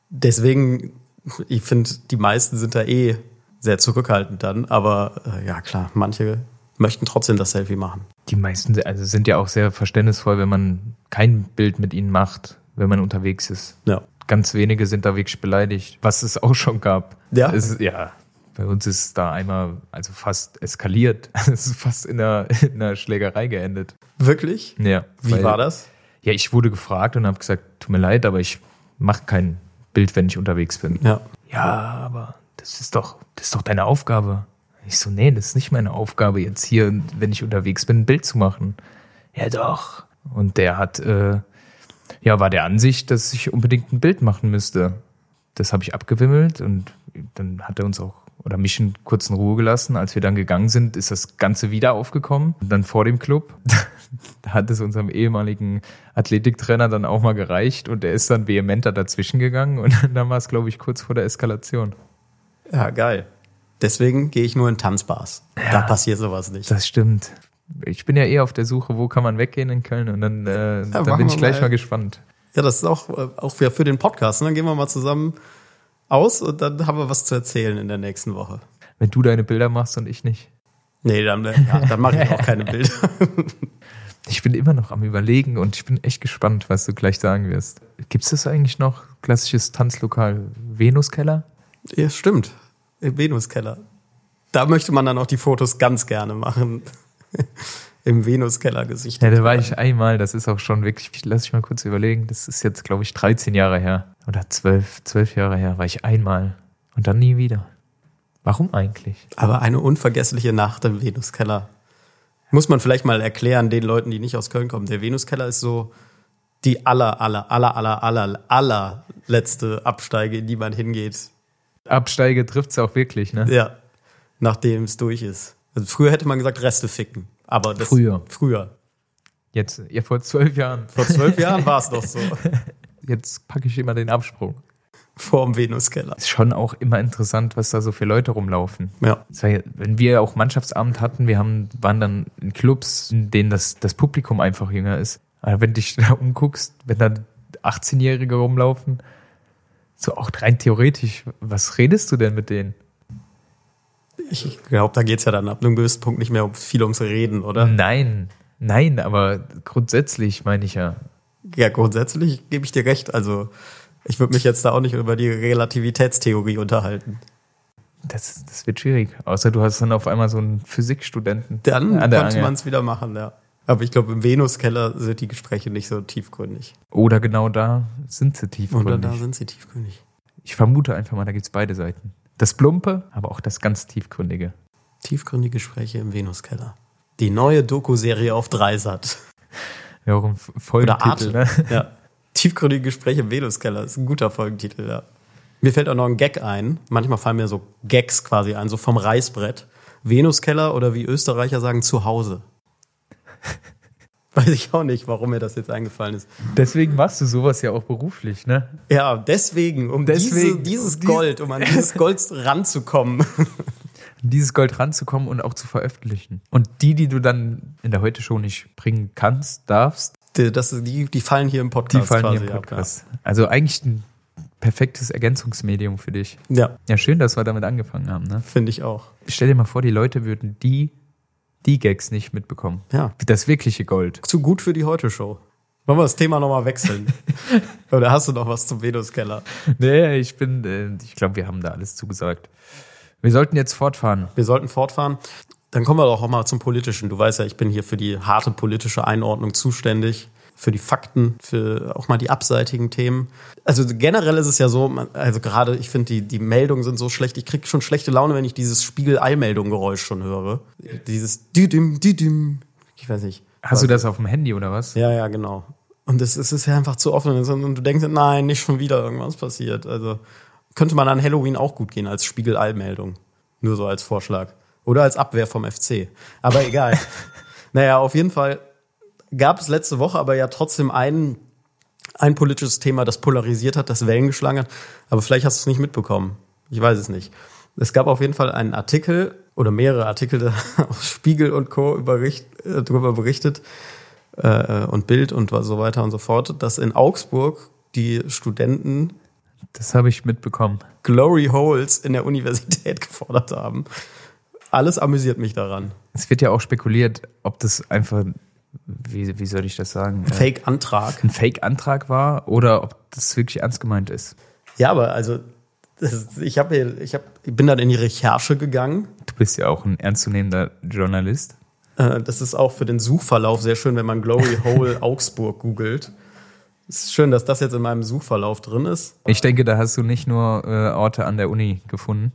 S2: Deswegen, ich finde, die meisten sind da eh sehr zurückhaltend dann. Aber äh, ja, klar, manche möchten trotzdem das Selfie machen.
S1: Die meisten also sind ja auch sehr verständnisvoll, wenn man kein Bild mit ihnen macht, wenn man unterwegs ist.
S2: Ja.
S1: Ganz wenige sind da wirklich beleidigt, was es auch schon gab.
S2: Ja.
S1: Es, ist- ja. Bei uns ist es da einmal also fast eskaliert. Es ist fast in einer, in einer Schlägerei geendet.
S2: Wirklich?
S1: Ja.
S2: Wie
S1: Weil-
S2: war das?
S1: Ja, ich wurde gefragt und habe gesagt, tut mir leid, aber ich mache kein Bild, wenn ich unterwegs bin.
S2: Ja.
S1: Ja, aber das ist doch, das ist doch deine Aufgabe. Ich so, nee, das ist nicht meine Aufgabe, jetzt hier, wenn ich unterwegs bin, ein Bild zu machen. Ja, doch. Und der hat, äh, ja, war der Ansicht, dass ich unbedingt ein Bild machen müsste. Das habe ich abgewimmelt und dann hat er uns auch oder mich in kurzen Ruhe gelassen. Als wir dann gegangen sind, ist das Ganze wieder aufgekommen. Und dann vor dem Club, da hat es unserem ehemaligen Athletiktrainer dann auch mal gereicht und er ist dann vehementer dazwischen gegangen und dann war es, glaube ich, kurz vor der Eskalation.
S2: Ja, geil. Deswegen gehe ich nur in Tanzbars. Da passiert sowas nicht.
S1: Das stimmt. Ich bin ja eher auf der Suche, wo kann man weggehen in Köln und dann, äh, dann
S2: machen
S1: bin
S2: wir
S1: ich gleich
S2: mal.
S1: mal, gespannt.
S2: Ja, das ist auch, äh, auch wieder für den Podcast. ne? Dann gehen wir mal zusammen aus und dann haben wir was zu erzählen in der nächsten Woche.
S1: Wenn du deine Bilder machst und ich nicht.
S2: Nee, dann, äh, ja, dann mache ich auch keine Bilder.
S1: Ich bin immer noch am Überlegen und ich bin echt gespannt, was du gleich sagen wirst. Gibt es das eigentlich noch? Klassisches Tanzlokal Venuskeller?
S2: Ja, stimmt. Im Venuskeller. Da möchte man dann auch die Fotos ganz gerne machen. Im Venuskeller gesichtet.
S1: Ja, da war ich einmal, das ist auch schon wirklich, lass ich mal kurz überlegen, das ist jetzt, glaube ich, 13 Jahre her oder 12, 12 Jahre her, war ich einmal und dann nie wieder. Warum eigentlich?
S2: Aber eine unvergessliche Nacht im Venuskeller. Muss man vielleicht mal erklären den Leuten, die nicht aus Köln kommen. Der Venuskeller ist so die aller, aller, aller, aller, aller, aller letzte Absteige, in die man hingeht.
S1: Absteige trifft es auch wirklich, ne?
S2: Ja, nachdem es durch ist. Also früher hätte man gesagt, Reste ficken. Aber das,
S1: Früher.
S2: Früher.
S1: Jetzt, ja, vor zwölf Jahren.
S2: Vor zwölf Jahren war es noch so.
S1: Jetzt packe ich immer den Absprung.
S2: Vor dem Venuskeller.
S1: Ist schon auch immer interessant, was da so für Leute rumlaufen.
S2: Ja.
S1: Es war ja- Wenn wir auch Mannschaftsabend hatten, wir haben, waren dann in Clubs, in denen das, das Publikum einfach jünger ist. Aber wenn du dich da umguckst, wenn da 18-Jährige rumlaufen, so auch rein theoretisch, was redest du denn mit denen?
S2: Ich glaube, da geht es ja dann ab einem gewissen Punkt nicht mehr um- viel ums Reden, oder?
S1: Nein, nein, aber grundsätzlich meine ich ja,
S2: Ja, grundsätzlich gebe ich dir recht. Also, ich würde mich jetzt da auch nicht über die Relativitätstheorie unterhalten.
S1: das, das wird schwierig. Außer du hast dann auf einmal so einen Physikstudenten.
S2: Dann
S1: an der
S2: könnte
S1: Angel.
S2: man es wieder machen, ja. Aber ich glaube, im Venuskeller sind die Gespräche nicht so tiefgründig.
S1: Oder genau da sind sie
S2: Oder
S1: tiefgründig.
S2: da sind sie tiefgründig.
S1: Ich vermute einfach mal, da gibt's beide Seiten. Das Plumpe, aber auch das ganz Tiefgründige.
S2: Tiefgründige Gespräche im Venuskeller. Die neue Doku-Serie auf Dreisat.
S1: Ja, auch ein F- Folgentitel. Ne?
S2: Ja. Tiefgründige Gespräche im Venuskeller ist ein guter Folgentitel, ja. Mir fällt auch noch ein Gag ein. Manchmal fallen mir so Gags quasi ein, so vom Reißbrett. Venuskeller oder wie Österreicher sagen, zu Hause. Weiß ich auch nicht, warum mir das jetzt eingefallen ist.
S1: Deswegen machst du sowas ja auch beruflich, ne?
S2: Ja, deswegen, um
S1: Deswegen.
S2: diese, dieses
S1: Dies-
S2: Gold, um an dieses Gold ranzukommen.
S1: An dieses Gold ranzukommen und auch zu veröffentlichen. Und die, die du dann in der Heute-Show nicht bringen kannst, darfst,
S2: Die- Das, die, die fallen hier im
S1: die
S2: Podcast
S1: fallen
S2: quasi
S1: hier im
S2: ab, ja.
S1: Podcast. Also eigentlich ein perfektes Ergänzungsmedium für dich.
S2: Ja,
S1: Ja, schön, dass wir damit angefangen haben, ne?
S2: finde ich auch.
S1: Stell dir mal vor, die Leute würden die, die Gags nicht mitbekommen.
S2: Ja.
S1: Das wirkliche Gold.
S2: Zu gut für die Heute-Show. Wollen wir das Thema nochmal wechseln? oder hast du noch was zum Venuskeller?
S1: Nee, ich bin, äh, ich glaube, wir haben da alles zugesagt. Wir sollten jetzt fortfahren.
S2: Wir sollten fortfahren. Dann kommen wir doch auch mal zum Politischen. Du weißt ja, ich bin hier für die harte politische Einordnung zuständig, für die Fakten, für auch mal die abseitigen Themen. Also generell ist es ja so, man- also gerade ich finde, die, die Meldungen sind so schlecht. Ich kriege schon schlechte Laune, wenn ich dieses Spiegel-Eilmeldung-Geräusch schon höre. Dieses Düdüm, Düdüm. Ich weiß nicht.
S1: Hast du das auf dem Handy oder was?
S2: Ja, ja, genau. Und es es ist ja einfach zu offen. Und du denkst, nein, nicht schon wieder irgendwas passiert. Also könnte man an Halloween auch gut gehen als Spiegel-Allmeldung. Nur so als Vorschlag. Oder als Abwehr vom FC. Aber egal. naja, auf jeden Fall gab es letzte Woche aber ja trotzdem einen, ein politisches Thema, das polarisiert hat, das Wellen geschlagen hat. Aber vielleicht hast du es nicht mitbekommen. Ich weiß es nicht. Es gab auf jeden Fall einen Artikel oder mehrere Artikel da auf Spiegel und Co. Überricht, äh, darüber berichtet, äh, und Bild und so weiter und so fort, dass in Augsburg die Studenten
S1: Das habe ich mitbekommen.
S2: Glory Holes in der Universität gefordert haben. Alles amüsiert mich daran.
S1: Es wird ja auch spekuliert, ob das einfach, wie, wie soll ich das sagen, äh,
S2: Fake-Antrag.
S1: ein Fake-Antrag war oder ob das wirklich ernst gemeint ist.
S2: Ja, aber also, das, ich, hab, hier- ich, hab, ich bin dann in die Recherche gegangen.
S1: Du bist ja auch ein ernstzunehmender Journalist.
S2: Äh, Das ist auch für den Suchverlauf sehr schön, wenn man Glory Hole Augsburg googelt. Es ist schön, dass das jetzt in meinem Suchverlauf drin ist.
S1: Ich denke, da hast du nicht nur äh, Orte an der Uni gefunden.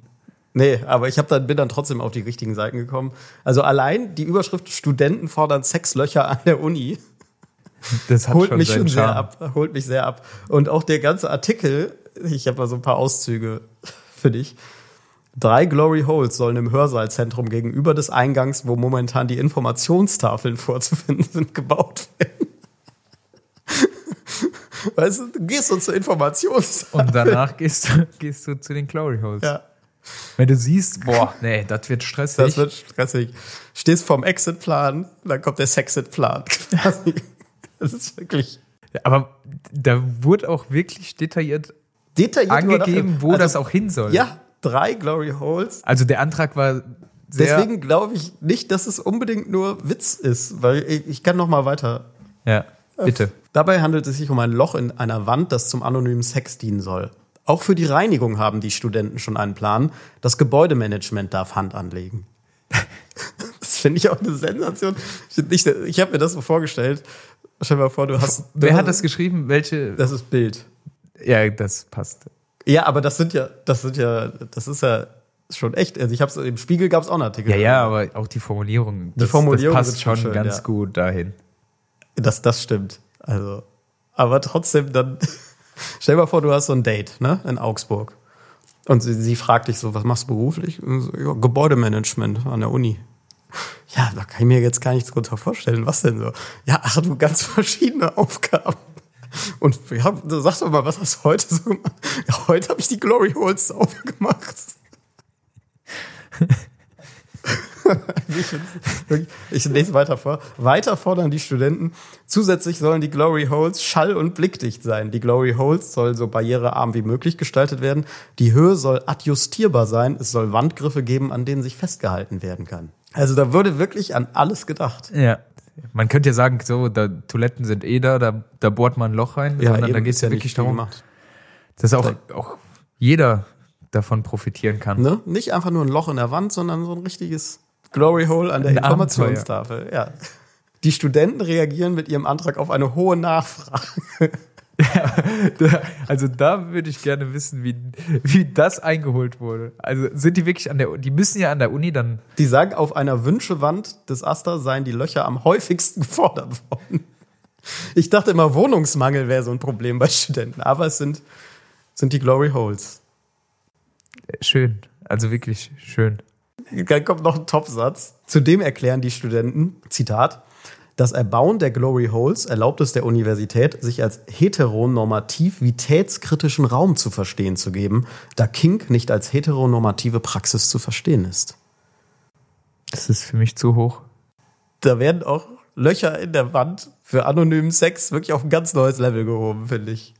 S2: Nee, aber ich hab dann, bin dann trotzdem auf die richtigen Seiten gekommen. Also allein die Überschrift Studenten fordern Sexlöcher an der Uni
S1: Das hat
S2: holt
S1: schon
S2: mich
S1: seinen
S2: schon sehr
S1: Charme.
S2: ab. Holt mich sehr ab. Und auch der ganze Artikel, ich habe mal so ein paar Auszüge für dich. Drei Glory Holes sollen im Hörsaalzentrum gegenüber des Eingangs, wo momentan die Informationstafeln vorzufinden sind, gebaut werden. Weißt du, du gehst so zur Informationstafel.
S1: Und danach gehst, du- gehst du zu den Glory Holes.
S2: Ja.
S1: Wenn du siehst, boah, nee, das wird stressig.
S2: Das wird stressig. Stehst vorm Exit-Plan, dann kommt der Sexit-Plan. Das ist wirklich
S1: Aber da wurde auch wirklich detailliert
S2: detailliert
S1: angegeben, wo
S2: also überdacht.
S1: das auch hin soll.
S2: Ja, drei Glory Holes.
S1: Also der Antrag war sehr.
S2: Deswegen glaube ich nicht, dass es unbedingt nur Witz ist, weil ich, ich kann noch mal weiter.
S1: Ja,
S2: Äh,
S1: bitte.
S2: Dabei handelt es sich um ein Loch in einer Wand, das zum anonymen Sex dienen soll. Auch für die Reinigung haben die Studenten schon einen Plan. Das Gebäudemanagement darf Hand anlegen. Das finde ich auch eine Sensation. Ich, ich habe mir das so vorgestellt. Stell dir mal vor, du hast. Du
S1: Wer
S2: hast,
S1: hat das geschrieben? Welche?
S2: Das ist Bild.
S1: Ja, das passt.
S2: Ja, aber das sind ja, das sind ja, das ist ja schon echt. Also ich habe im Spiegel gab es auch einen Artikel.
S1: Ja, ja, aber auch die Formulierung. Das,
S2: Formulierung
S1: das
S2: ist
S1: passt
S2: schon
S1: schon
S2: schön,
S1: ganz
S2: ja.
S1: gut dahin.
S2: Das, das stimmt. Also, aber trotzdem dann, stell dir mal vor, du hast so ein Date, ne, in Augsburg. Und sie, sie fragt dich so, was machst du beruflich? Und so, ja, Gebäudemanagement an der Uni. Ja, da kann ich mir jetzt gar nichts drunter vorstellen. Was denn so? Ja, ach du, ganz verschiedene Aufgaben. Und ja, du sagst doch mal, was hast du heute so gemacht? Ja, heute habe ich die Glory Holes sauber gemacht. Ich find's wirklich- Ich lese weiter vor. Weiter fordern die Studenten. Zusätzlich sollen die Glory Holes schall- und blickdicht sein. Die Glory Holes sollen so barrierearm wie möglich gestaltet werden. Die Höhe soll adjustierbar sein. Es soll Wandgriffe geben, an denen sich festgehalten werden kann. Also da würde wirklich an alles gedacht.
S1: Ja. Man könnte ja sagen, so, da, Toiletten sind eh da, da, da bohrt man ein Loch rein, sondern da
S2: eben,
S1: geht
S2: ist
S1: es ja
S2: nicht
S1: wirklich
S2: viel
S1: darum,
S2: gemacht.
S1: dass auch, auch jeder davon profitieren kann.
S2: Ne? Nicht einfach nur ein Loch in der Wand, sondern so ein richtiges Glory Hole an der
S1: Ein
S2: Informationstafel. Ja. Die Studenten reagieren mit ihrem Antrag auf eine hohe Nachfrage.
S1: Da- Also da würde ich gerne wissen, wie, wie das eingeholt wurde. Also sind die wirklich an der, die müssen ja an der Uni dann.
S2: Die sagen, auf einer Wünschewand des Aster seien die Löcher am häufigsten gefordert worden. Ich dachte immer, Wohnungsmangel wäre so ein Problem bei Studenten, aber es sind, sind die Glory Holes.
S1: Schön. Also wirklich schön.
S2: Dann kommt noch ein Topsatz. Zudem erklären die Studenten, Zitat, das Erbauen der Glory Holes erlaubt es der Universität, sich als heteronormativ-vitätskritischen Raum zu verstehen zu geben, da Kink nicht als heteronormative Praxis zu verstehen ist.
S1: Das ist für mich zu hoch.
S2: da werden auch Löcher in der Wand für anonymen Sex wirklich auf ein ganz neues Level gehoben, finde ich.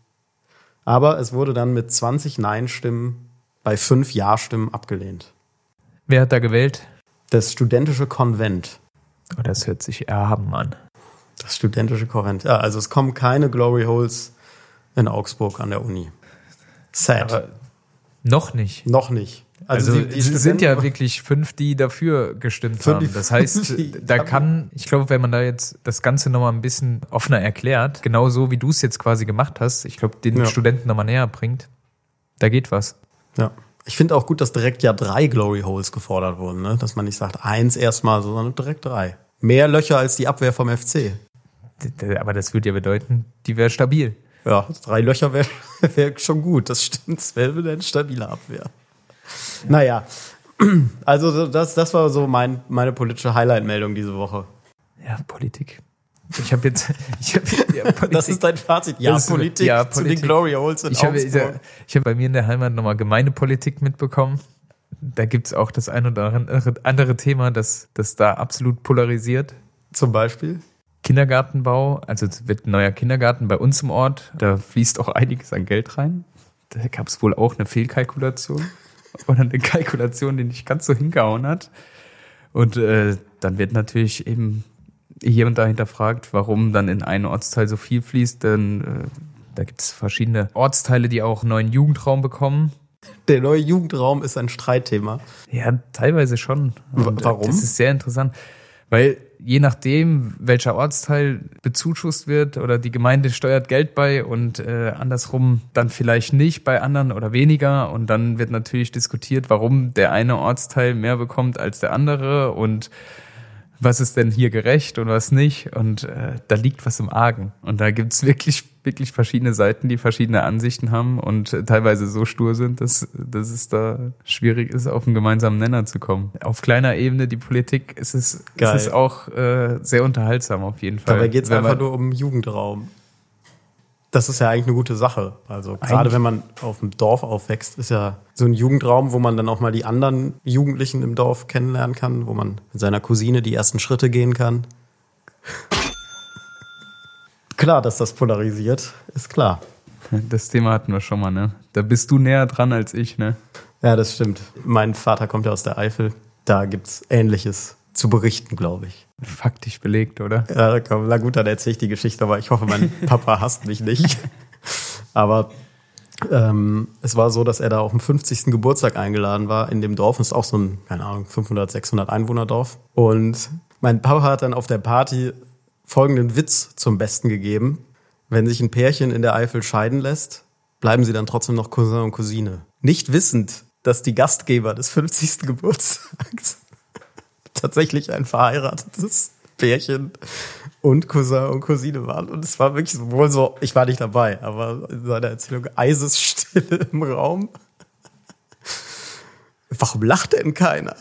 S2: Aber es wurde dann mit 20 Nein-Stimmen bei 5 Ja-Stimmen abgelehnt.
S1: Wer hat da gewählt?
S2: Das studentische Konvent.
S1: Oh, das hört sich erhaben an.
S2: Das studentische Konvent. Ja, also es kommen keine Glory Holes in Augsburg an der Uni. Sad.
S1: Aber noch nicht.
S2: Noch nicht.
S1: Also,
S2: die- die
S1: es sind
S2: Studenten-
S1: ja wirklich fünf, die dafür gestimmt
S2: Fünf,
S1: haben. Das heißt,
S2: die-
S1: da kann, ich glaube, wenn man da jetzt das Ganze nochmal ein bisschen offener erklärt, genau so wie du es jetzt quasi gemacht hast, ich glaube, den
S2: Ja.
S1: Studenten nochmal näher bringt, da geht was.
S2: Ja. Ich finde auch gut, dass direkt ja drei Glory Holes gefordert wurden, ne? Dass man nicht sagt, eins erstmal, sondern direkt drei. Mehr Löcher als die Abwehr vom FC.
S1: D- d- Aber das würde ja bedeuten, die wäre stabil.
S2: Ja, drei Löcher wäre wär schon gut, das stimmt. Es wäre eine stabile Abwehr. Naja, also so- das, das war so mein, meine politische Highlight-Meldung diese Woche.
S1: Ja, Politik. Ich habe jetzt, ich habe ja,
S2: Das
S1: Politik.
S2: ist dein Fazit. Ja,
S1: Das ist-
S2: Politik,
S1: ja,
S2: zu den
S1: Politik.
S2: Glory Holes in
S1: ich habe ich
S2: Augsburg.
S1: hab bei mir in der Heimat nochmal Gemeindepolitik mitbekommen. Da gibt's auch das ein oder andere- andere Thema, das, das da absolut polarisiert.
S2: Zum Beispiel.
S1: Kindergartenbau, also es wird ein neuer Kindergarten bei uns im Ort. Da fließt auch einiges an Geld rein. Da gab es wohl auch eine Fehlkalkulation oder eine Kalkulation, die nicht ganz so hingehauen hat. Und äh, dann wird natürlich eben hier und da hinterfragt, warum dann in einen Ortsteil so viel fließt. Denn äh, da gibt es verschiedene Ortsteile, die auch einen neuen Jugendraum bekommen.
S2: Der neue Jugendraum ist ein Streitthema.
S1: Ja, teilweise schon.
S2: Wa-
S1: Und, äh,
S2: warum?
S1: Das ist sehr interessant, weil je nachdem, welcher Ortsteil bezuschusst wird oder die Gemeinde steuert Geld bei und äh, andersrum dann vielleicht nicht bei anderen oder weniger und dann wird natürlich diskutiert, warum der eine Ortsteil mehr bekommt als der andere und was ist denn hier gerecht und was nicht und äh, da liegt was im Argen und da gibt's wirklich wirklich verschiedene Seiten, die verschiedene Ansichten haben und äh, teilweise so stur sind, dass, dass es da schwierig ist, auf einen gemeinsamen Nenner zu kommen. Auf kleiner Ebene die Politik ist es, ist
S2: Geil.
S1: es auch äh, sehr unterhaltsam auf jeden Fall.
S2: Dabei geht es
S1: Wenn man-
S2: einfach nur um Jugendraum. Das ist ja eigentlich eine gute Sache. Also gerade
S1: Eigentlich-
S2: wenn man auf dem Dorf aufwächst, ist ja so ein Jugendraum, wo man dann auch mal die anderen Jugendlichen im Dorf kennenlernen kann, wo man mit seiner Cousine die ersten Schritte gehen kann. Klar, dass das polarisiert, ist klar.
S1: Das Thema hatten wir schon mal, ne? Da bist du näher dran als ich, ne?
S2: Ja, das stimmt. Mein Vater kommt ja aus der Eifel. Da gibt's Ähnliches zu berichten, glaube ich.
S1: Faktisch belegt, oder?
S2: Ja, komm, na gut, dann erzähle ich die Geschichte, aber ich hoffe, mein Papa hasst mich nicht. Aber ähm, es war so, dass er da auf dem 50. Geburtstag eingeladen war in dem Dorf. Das ist auch so ein, keine Ahnung, 500, 600 Einwohnerdorf. Und mein Papa hat dann auf der Party folgenden Witz zum Besten gegeben. Wenn sich ein Pärchen in der Eifel scheiden lässt, bleiben sie dann trotzdem noch Cousin und Cousine. Nicht wissend, dass die Gastgeber des 50. Geburtstags tatsächlich ein verheiratetes Pärchen und Cousin und Cousine waren. Und es war wirklich wohl so, ich war nicht dabei, aber in seiner Erzählung eisesstille im Raum. Warum lacht denn keiner?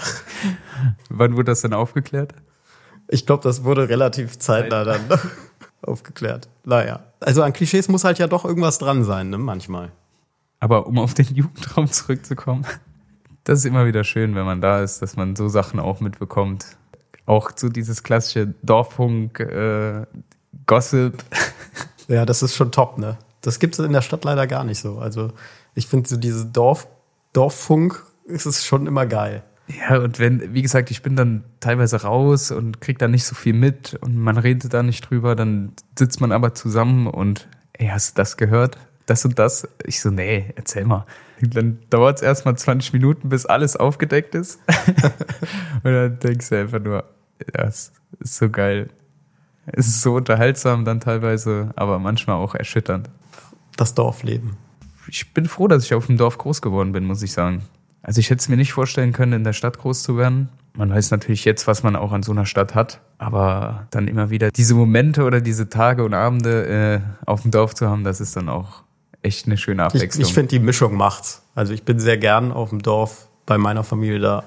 S1: Wann wurde das denn aufgeklärt?
S2: Ich glaube, das wurde relativ zeitnah dann aufgeklärt. Naja. Also an Klischees muss halt ja doch irgendwas dran sein, ne? Manchmal.
S1: Aber um auf den Jugendraum zurückzukommen, das ist immer wieder schön, wenn man da ist, dass man so Sachen auch mitbekommt. Auch so dieses klassische Dorffunk, äh, Gossip.
S2: Ja, das ist schon top, ne? Das gibt es in der Stadt leider gar nicht so. Also ich finde so diese Dorf, Dorffunk, es ist schon immer geil.
S1: Ja, und wenn, wie gesagt, ich bin dann teilweise raus und krieg da nicht so viel mit und man redet da nicht drüber, dann sitzt man aber zusammen und, ey, hast du das gehört? Das und das? Ich so, nee, erzähl mal. Und dann dauert es erstmal 20 Minuten, bis alles aufgedeckt ist. und dann denkst du einfach nur, ja, es ist so geil. Es ist so unterhaltsam dann teilweise, aber manchmal auch erschütternd.
S2: Das Dorfleben.
S1: Ich bin froh, dass ich auf dem Dorf groß geworden bin, muss ich sagen. Also ich hätte es mir nicht vorstellen können, in der Stadt groß zu werden. Man weiß natürlich jetzt, was man auch an so einer Stadt hat, aber dann immer wieder diese Momente oder diese Tage und Abende äh, auf dem Dorf zu haben, das ist dann auch echt eine schöne
S2: Ich,
S1: Abwechslung.
S2: ich finde, die Mischung macht's. Also ich bin sehr gern auf dem Dorf bei meiner Familie da.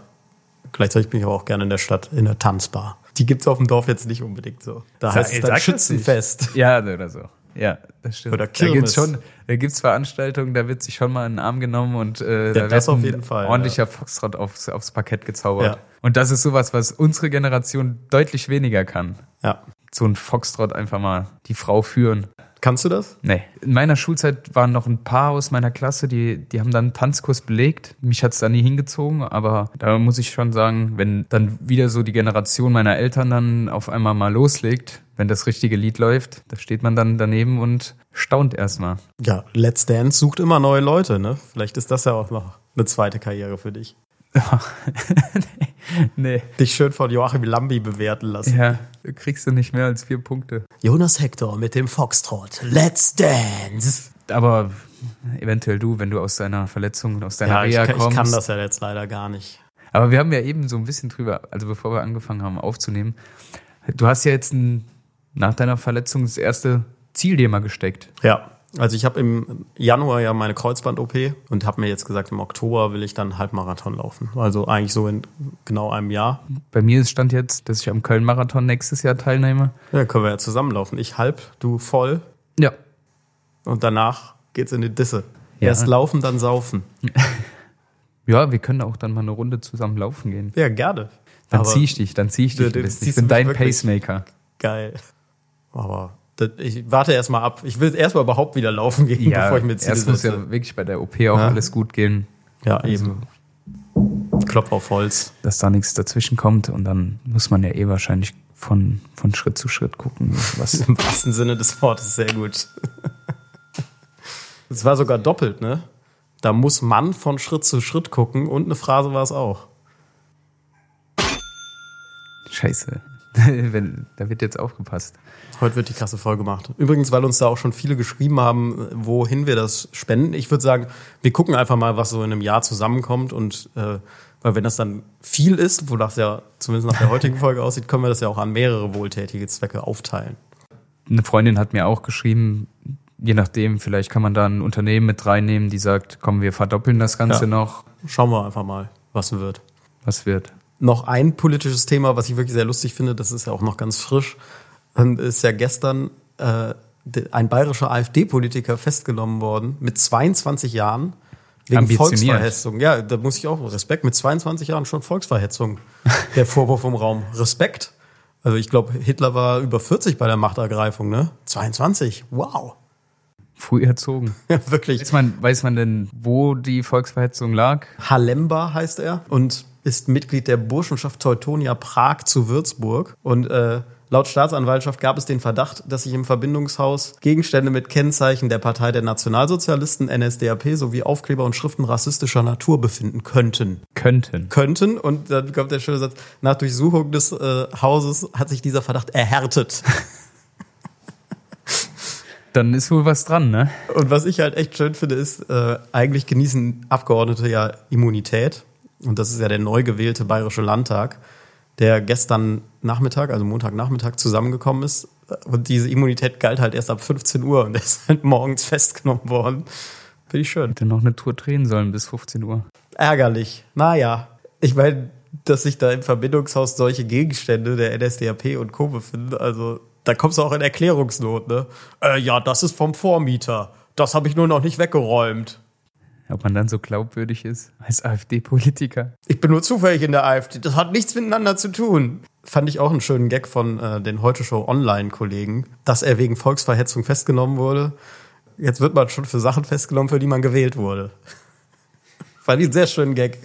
S2: Gleichzeitig bin ich aber auch gerne in der Stadt, in der Tanzbar. Die gibt's auf dem Dorf jetzt nicht unbedingt so. Da heißt es
S1: ey,
S2: dann
S1: sag das
S2: Schützenfest.
S1: ja, oder so. Ja, das stimmt.
S2: Oder
S1: da gibt's
S2: Kirmes.
S1: schon, da gibt's Veranstaltungen, da wird sich schon mal in den Arm genommen und äh, da
S2: das
S1: wird
S2: auf
S1: ein
S2: jeden Fall,
S1: ordentlicher Foxtrot aufs, aufs Parkett gezaubert.
S2: Ja.
S1: Und das ist sowas, was unsere Generation deutlich weniger kann.
S2: Ja.
S1: So ein Foxtrot einfach mal die Frau führen.
S2: Kannst du das?
S1: Nee. In meiner Schulzeit waren noch ein paar aus meiner Klasse, die, die haben dann einen Tanzkurs belegt. Mich hat's da nie hingezogen, aber da muss ich schon sagen, wenn dann wieder so die Generation meiner Eltern dann auf einmal mal loslegt, wenn das richtige Lied läuft, da steht man dann daneben und staunt erstmal.
S2: Ja, Let's Dance sucht immer neue Leute, ne? Vielleicht ist das ja auch noch eine zweite Karriere für dich.
S1: nee.
S2: Dich schön von Joachim Lambi bewerten lassen.
S1: Ja, kriegst du nicht mehr als vier Punkte.
S2: Jonas Hector mit dem Foxtrot. Let's Dance.
S1: Aber eventuell du, wenn du aus deiner Verletzung und aus deiner
S2: Ja, ich,
S1: Reha
S2: kann-
S1: kommst.
S2: ich kann das ja jetzt leider gar nicht.
S1: Aber wir haben ja eben so ein bisschen drüber, also bevor wir angefangen haben aufzunehmen, du hast ja jetzt ein, nach deiner Verletzung das erste Ziel dir mal gesteckt.
S2: Ja, also ich habe im Januar ja meine Kreuzband-OP und habe mir jetzt gesagt, im Oktober will ich dann Halbmarathon laufen. Also eigentlich so in genau einem Jahr.
S1: Bei mir ist stand jetzt, dass ich am Köln-Marathon nächstes Jahr teilnehme.
S2: Ja, können wir ja zusammenlaufen. Ich halb, du voll
S1: Ja.
S2: und danach geht's in die Disse.
S1: Ja.
S2: Erst laufen, dann saufen.
S1: Ja, wir können auch dann mal eine Runde zusammen laufen gehen.
S2: Ja, gerne.
S1: Dann
S2: Aber-
S1: zieh ich dich, dann zieh ich dich.
S2: Du- du
S1: ein bisschen. Ich
S2: ziehst
S1: bin
S2: mich
S1: dein
S2: wirklich.
S1: Pacemaker.
S2: Geil. Aber das, ich warte erst mal ab. Ich will erst mal überhaupt wieder laufen gehen, bevor ich mir Ziele
S1: erst muss
S2: setze.
S1: ja wirklich bei der OP auch alles gut gehen,
S2: Ja, eben. Klopf auf Holz.
S1: dass da nichts dazwischen kommt und dann muss man ja eh wahrscheinlich von, von Schritt zu Schritt gucken, was,
S2: Im wahrsten Sinne des Wortes sehr gut. Es war sogar doppelt, ne? Da muss man von Schritt zu Schritt gucken und eine Phrase war es auch.
S1: Scheiße. Wenn, da wird jetzt aufgepasst.
S2: Heute wird die Kasse voll gemacht. Übrigens, weil uns da auch schon viele geschrieben haben, wohin wir das spenden. Ich würde sagen, wir gucken einfach mal, was so in einem Jahr zusammenkommt und äh, weil wenn das dann viel ist, wonach es ja zumindest nach der heutigen Folge aussieht, können wir das ja auch an mehrere wohltätige Zwecke aufteilen.
S1: Eine Freundin hat mir auch geschrieben, je nachdem, vielleicht kann man da ein Unternehmen mit reinnehmen, die sagt, komm, wir verdoppeln das Ganze
S2: Ja.
S1: noch.
S2: Schauen wir einfach mal, was wird.
S1: Was wird?
S2: noch ein politisches Thema, was ich wirklich sehr lustig finde, das ist ja auch noch ganz frisch, ähm, ist ja gestern äh, de- ein bayerischer AfD-Politiker festgenommen worden mit 22 Jahren wegen
S1: Ambitioniert.
S2: Volksverhetzung. Ja, da muss ich auch Respekt, mit 22 Jahren schon Volksverhetzung, der Vorwurf im Raum. Respekt. Also ich glaube, Hitler war über 40 bei der Machtergreifung, ne? 22, wow.
S1: Früh erzogen.
S2: Ja, wirklich.
S1: Weiß man, weiß man denn, wo die Volksverhetzung lag?
S2: Halemba heißt er und ist Mitglied der Burschenschaft Teutonia Prag zu Würzburg. Und äh, laut Staatsanwaltschaft gab es den Verdacht, dass sich im Verbindungshaus Gegenstände mit Kennzeichen der Partei der Nationalsozialisten, NSDAP sowie Aufkleber und Schriften rassistischer Natur befinden könnten.
S1: Könnten.
S2: Könnten. Und dann kommt der schöne Satz, nach Durchsuchung des äh, Hauses hat sich dieser Verdacht erhärtet.
S1: Dann ist wohl was dran, ne?
S2: Und was ich halt echt schön finde, ist, äh, eigentlich genießen Abgeordnete ja Immunität. Und das ist ja der neu gewählte Bayerische Landtag, der gestern Nachmittag, also Montagnachmittag, zusammengekommen ist. Und diese Immunität galt halt erst ab 15 Uhr und der ist halt morgens festgenommen worden. Finde ich schön.
S1: Hätte noch eine Tour drehen sollen bis 15 Uhr.
S2: Ärgerlich. Naja, ich meine, dass sich da im Verbindungshaus solche Gegenstände der NSDAP und Co. befinden, also da kommst du auch in Erklärungsnot, ne? Äh, ja, das ist vom Vormieter. Das habe ich nur noch nicht weggeräumt.
S1: Ob man dann so glaubwürdig ist als AfD-Politiker.
S2: Ich bin nur zufällig in der AfD. Das hat nichts miteinander zu tun. Fand ich auch einen schönen Gag von äh, den Heute Show Online-Kollegen, dass er wegen Volksverhetzung festgenommen wurde. Jetzt wird man schon für Sachen festgenommen, für die man gewählt wurde. Fand ich einen sehr schönen Gag.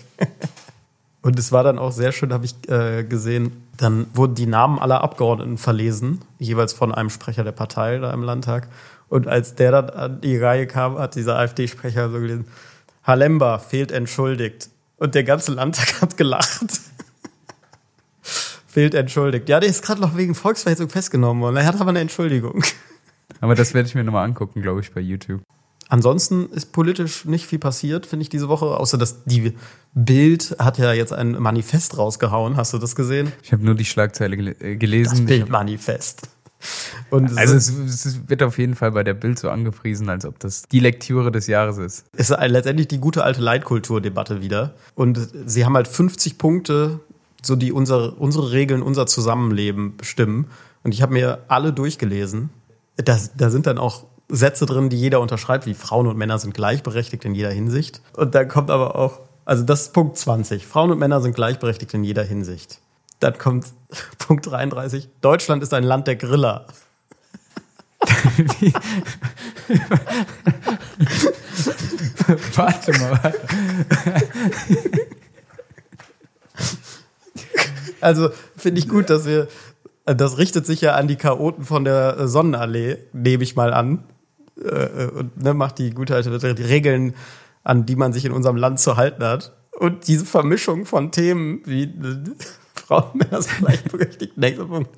S2: Und es war dann auch sehr schön, habe ich äh, gesehen, dann wurden die Namen aller Abgeordneten verlesen, jeweils von einem Sprecher der Partei da im Landtag. Und als der dann an die Reihe kam, hat dieser AfD-Sprecher so gelesen, Halemba fehlt entschuldigt. Und der ganze Landtag hat gelacht. fehlt entschuldigt. Ja, der ist gerade noch wegen Volksverhetzung festgenommen worden. Er hat aber eine Entschuldigung.
S1: Aber das werde ich mir nochmal angucken, glaube ich, bei YouTube.
S2: Ansonsten ist politisch nicht viel passiert, finde ich, diese Woche, außer dass die Bild hat ja jetzt ein Manifest rausgehauen. Hast du das gesehen?
S1: Ich habe nur die Schlagzeile gel äh, gelesen.
S2: Das Bildmanifest.
S1: Und also es, es wird auf jeden Fall bei der Bild so angepriesen, als ob das die Lektüre des Jahres ist.
S2: es ist letztendlich die gute alte Leitkulturdebatte wieder. Und sie haben halt 50 Punkte, so die unsere, unsere Regeln, unser Zusammenleben bestimmen. Und ich habe mir alle durchgelesen. Das, da sind dann auch Sätze drin, die jeder unterschreibt, wie Frauen und Männer sind gleichberechtigt in jeder Hinsicht. Und dann kommt aber auch, also das ist Punkt 20. Frauen und Männer sind gleichberechtigt in jeder Hinsicht. Dann kommt Punkt 33. Deutschland ist ein Land der Griller.
S1: Warte mal.
S2: Also finde ich gut, dass wir, äh, das richtet sich ja an die Chaoten von der äh, Sonnenallee, nehme ich mal an. Äh, äh, und ne, macht die gute alte die Regeln, an die man sich in unserem Land zu halten hat. Und diese Vermischung von Themen wie äh, Frauen, Männer sind gleichberechtigt. Nächster Punkt.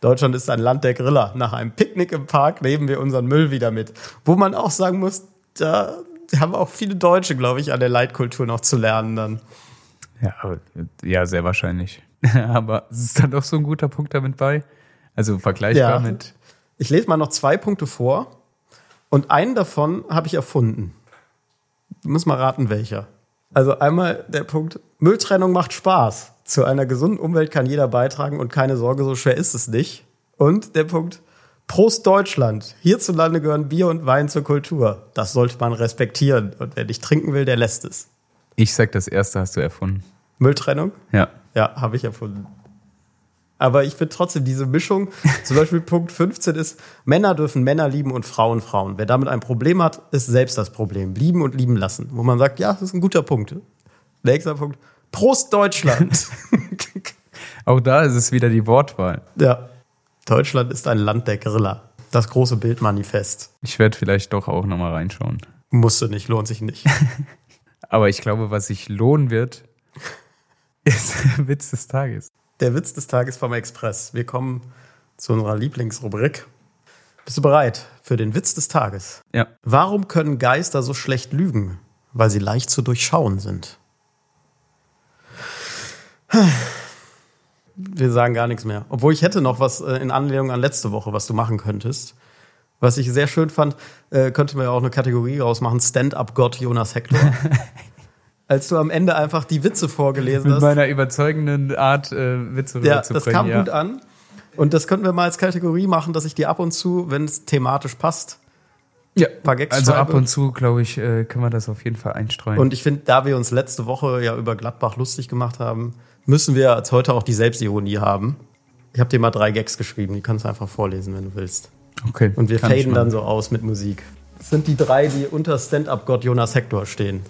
S2: Deutschland ist ein Land der Griller. Nach einem Picknick im Park nehmen wir unseren Müll wieder mit. Wo man auch sagen muss, da haben auch viele Deutsche, glaube ich, an der Leitkultur noch zu lernen dann.
S1: Ja, aber, ja, sehr wahrscheinlich. aber es ist dann doch so ein guter Punkt damit bei. Also vergleichbar
S2: Ja.
S1: mit.
S2: Ich lese mal noch zwei Punkte vor. Und einen davon habe ich erfunden. Du musst mal raten, welcher. Also einmal der Punkt, Mülltrennung macht Spaß. Zu einer gesunden Umwelt kann jeder beitragen und keine Sorge, so schwer ist es nicht. Und der Punkt, Prost Deutschland. Hierzulande gehören Bier und Wein zur Kultur. Das sollte man respektieren. Und wer nicht trinken will, der lässt es.
S1: Ich sag, das erste hast du erfunden.
S2: Mülltrennung?
S1: Ja.
S2: Ja, habe ich erfunden. Aber ich finde trotzdem diese Mischung, zum Beispiel Punkt 15 ist, Männer dürfen Männer lieben und Frauen Frauen. Wer damit ein Problem hat, ist selbst das Problem. Lieben und lieben lassen. Wo man sagt, ja, das ist ein guter Punkt. Nächster Punkt, Prost Deutschland.
S1: Auch da ist es wieder die Wortwahl.
S2: ja, Deutschland ist ein Land der Griller. Das große Bildmanifest.
S1: Ich werde vielleicht doch auch nochmal reinschauen.
S2: Musste nicht, lohnt sich nicht.
S1: Aber ich glaube, was sich lohnen wird, ist der Witz des Tages.
S2: Der Witz des Tages vom Express. Wir kommen zu unserer Lieblingsrubrik. Bist du bereit für den Witz des Tages?
S1: Ja.
S2: Warum können Geister so schlecht lügen? Weil sie leicht zu durchschauen sind. Wir sagen gar nichts mehr. Obwohl ich hätte noch was äh, in Anlehnung an letzte Woche, was du machen könntest. Was ich sehr schön fand, äh, könnte man ja auch eine Kategorie rausmachen: Stand-up-Gott Jonas Hector. Als du am Ende einfach die Witze vorgelesen
S1: Mit
S2: hast.
S1: meiner überzeugenden Art, äh, Witze
S2: Ja, das
S1: rüberzubringen.
S2: kam
S1: ja.
S2: gut an. Und das könnten wir mal als Kategorie machen, dass ich dir ab und zu, wenn es thematisch passt,
S1: Ja,
S2: paar Gags
S1: also ab
S2: schreibe.
S1: und zu, glaube ich, äh, können wir das auf jeden Fall einstreuen.
S2: Und ich finde, da wir uns letzte Woche ja über Gladbach lustig gemacht haben, müssen wir als heute auch die Selbstironie haben. Ich habe dir mal drei Gags geschrieben, die kannst du einfach vorlesen, wenn du willst.
S1: okay,
S2: Und wir
S1: kann ich
S2: faden
S1: machen.
S2: dann so aus mit Musik.
S3: Das sind die drei, die unter Stand-Up-Gott Jonas Hector stehen.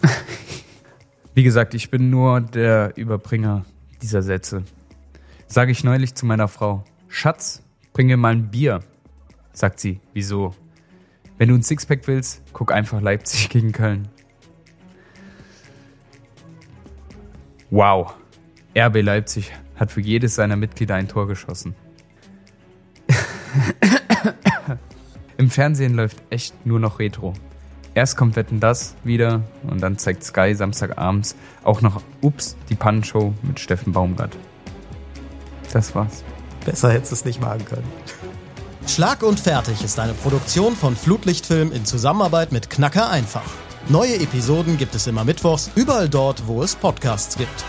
S1: Wie gesagt, ich bin nur der Überbringer dieser Sätze. Sage ich neulich zu meiner Frau: Schatz, bringe mal ein Bier. Sagt sie: Wieso? Wenn du ein Sixpack willst, guck einfach Leipzig gegen Köln. Wow. RB Leipzig hat für jedes seiner Mitglieder ein Tor geschossen. Im Fernsehen läuft echt nur noch Retro. Erst kommt Wetten das wieder und dann zeigt Sky Samstagabends auch noch Ups, die Pannenshow mit Steffen Baumgart. Das war's.
S3: Besser hättest du es nicht machen können.
S2: Schlag und Fertig ist eine Produktion von Flutlichtfilm in Zusammenarbeit mit Knacker einfach. Neue Episoden gibt es immer mittwochs, überall dort, wo es Podcasts gibt.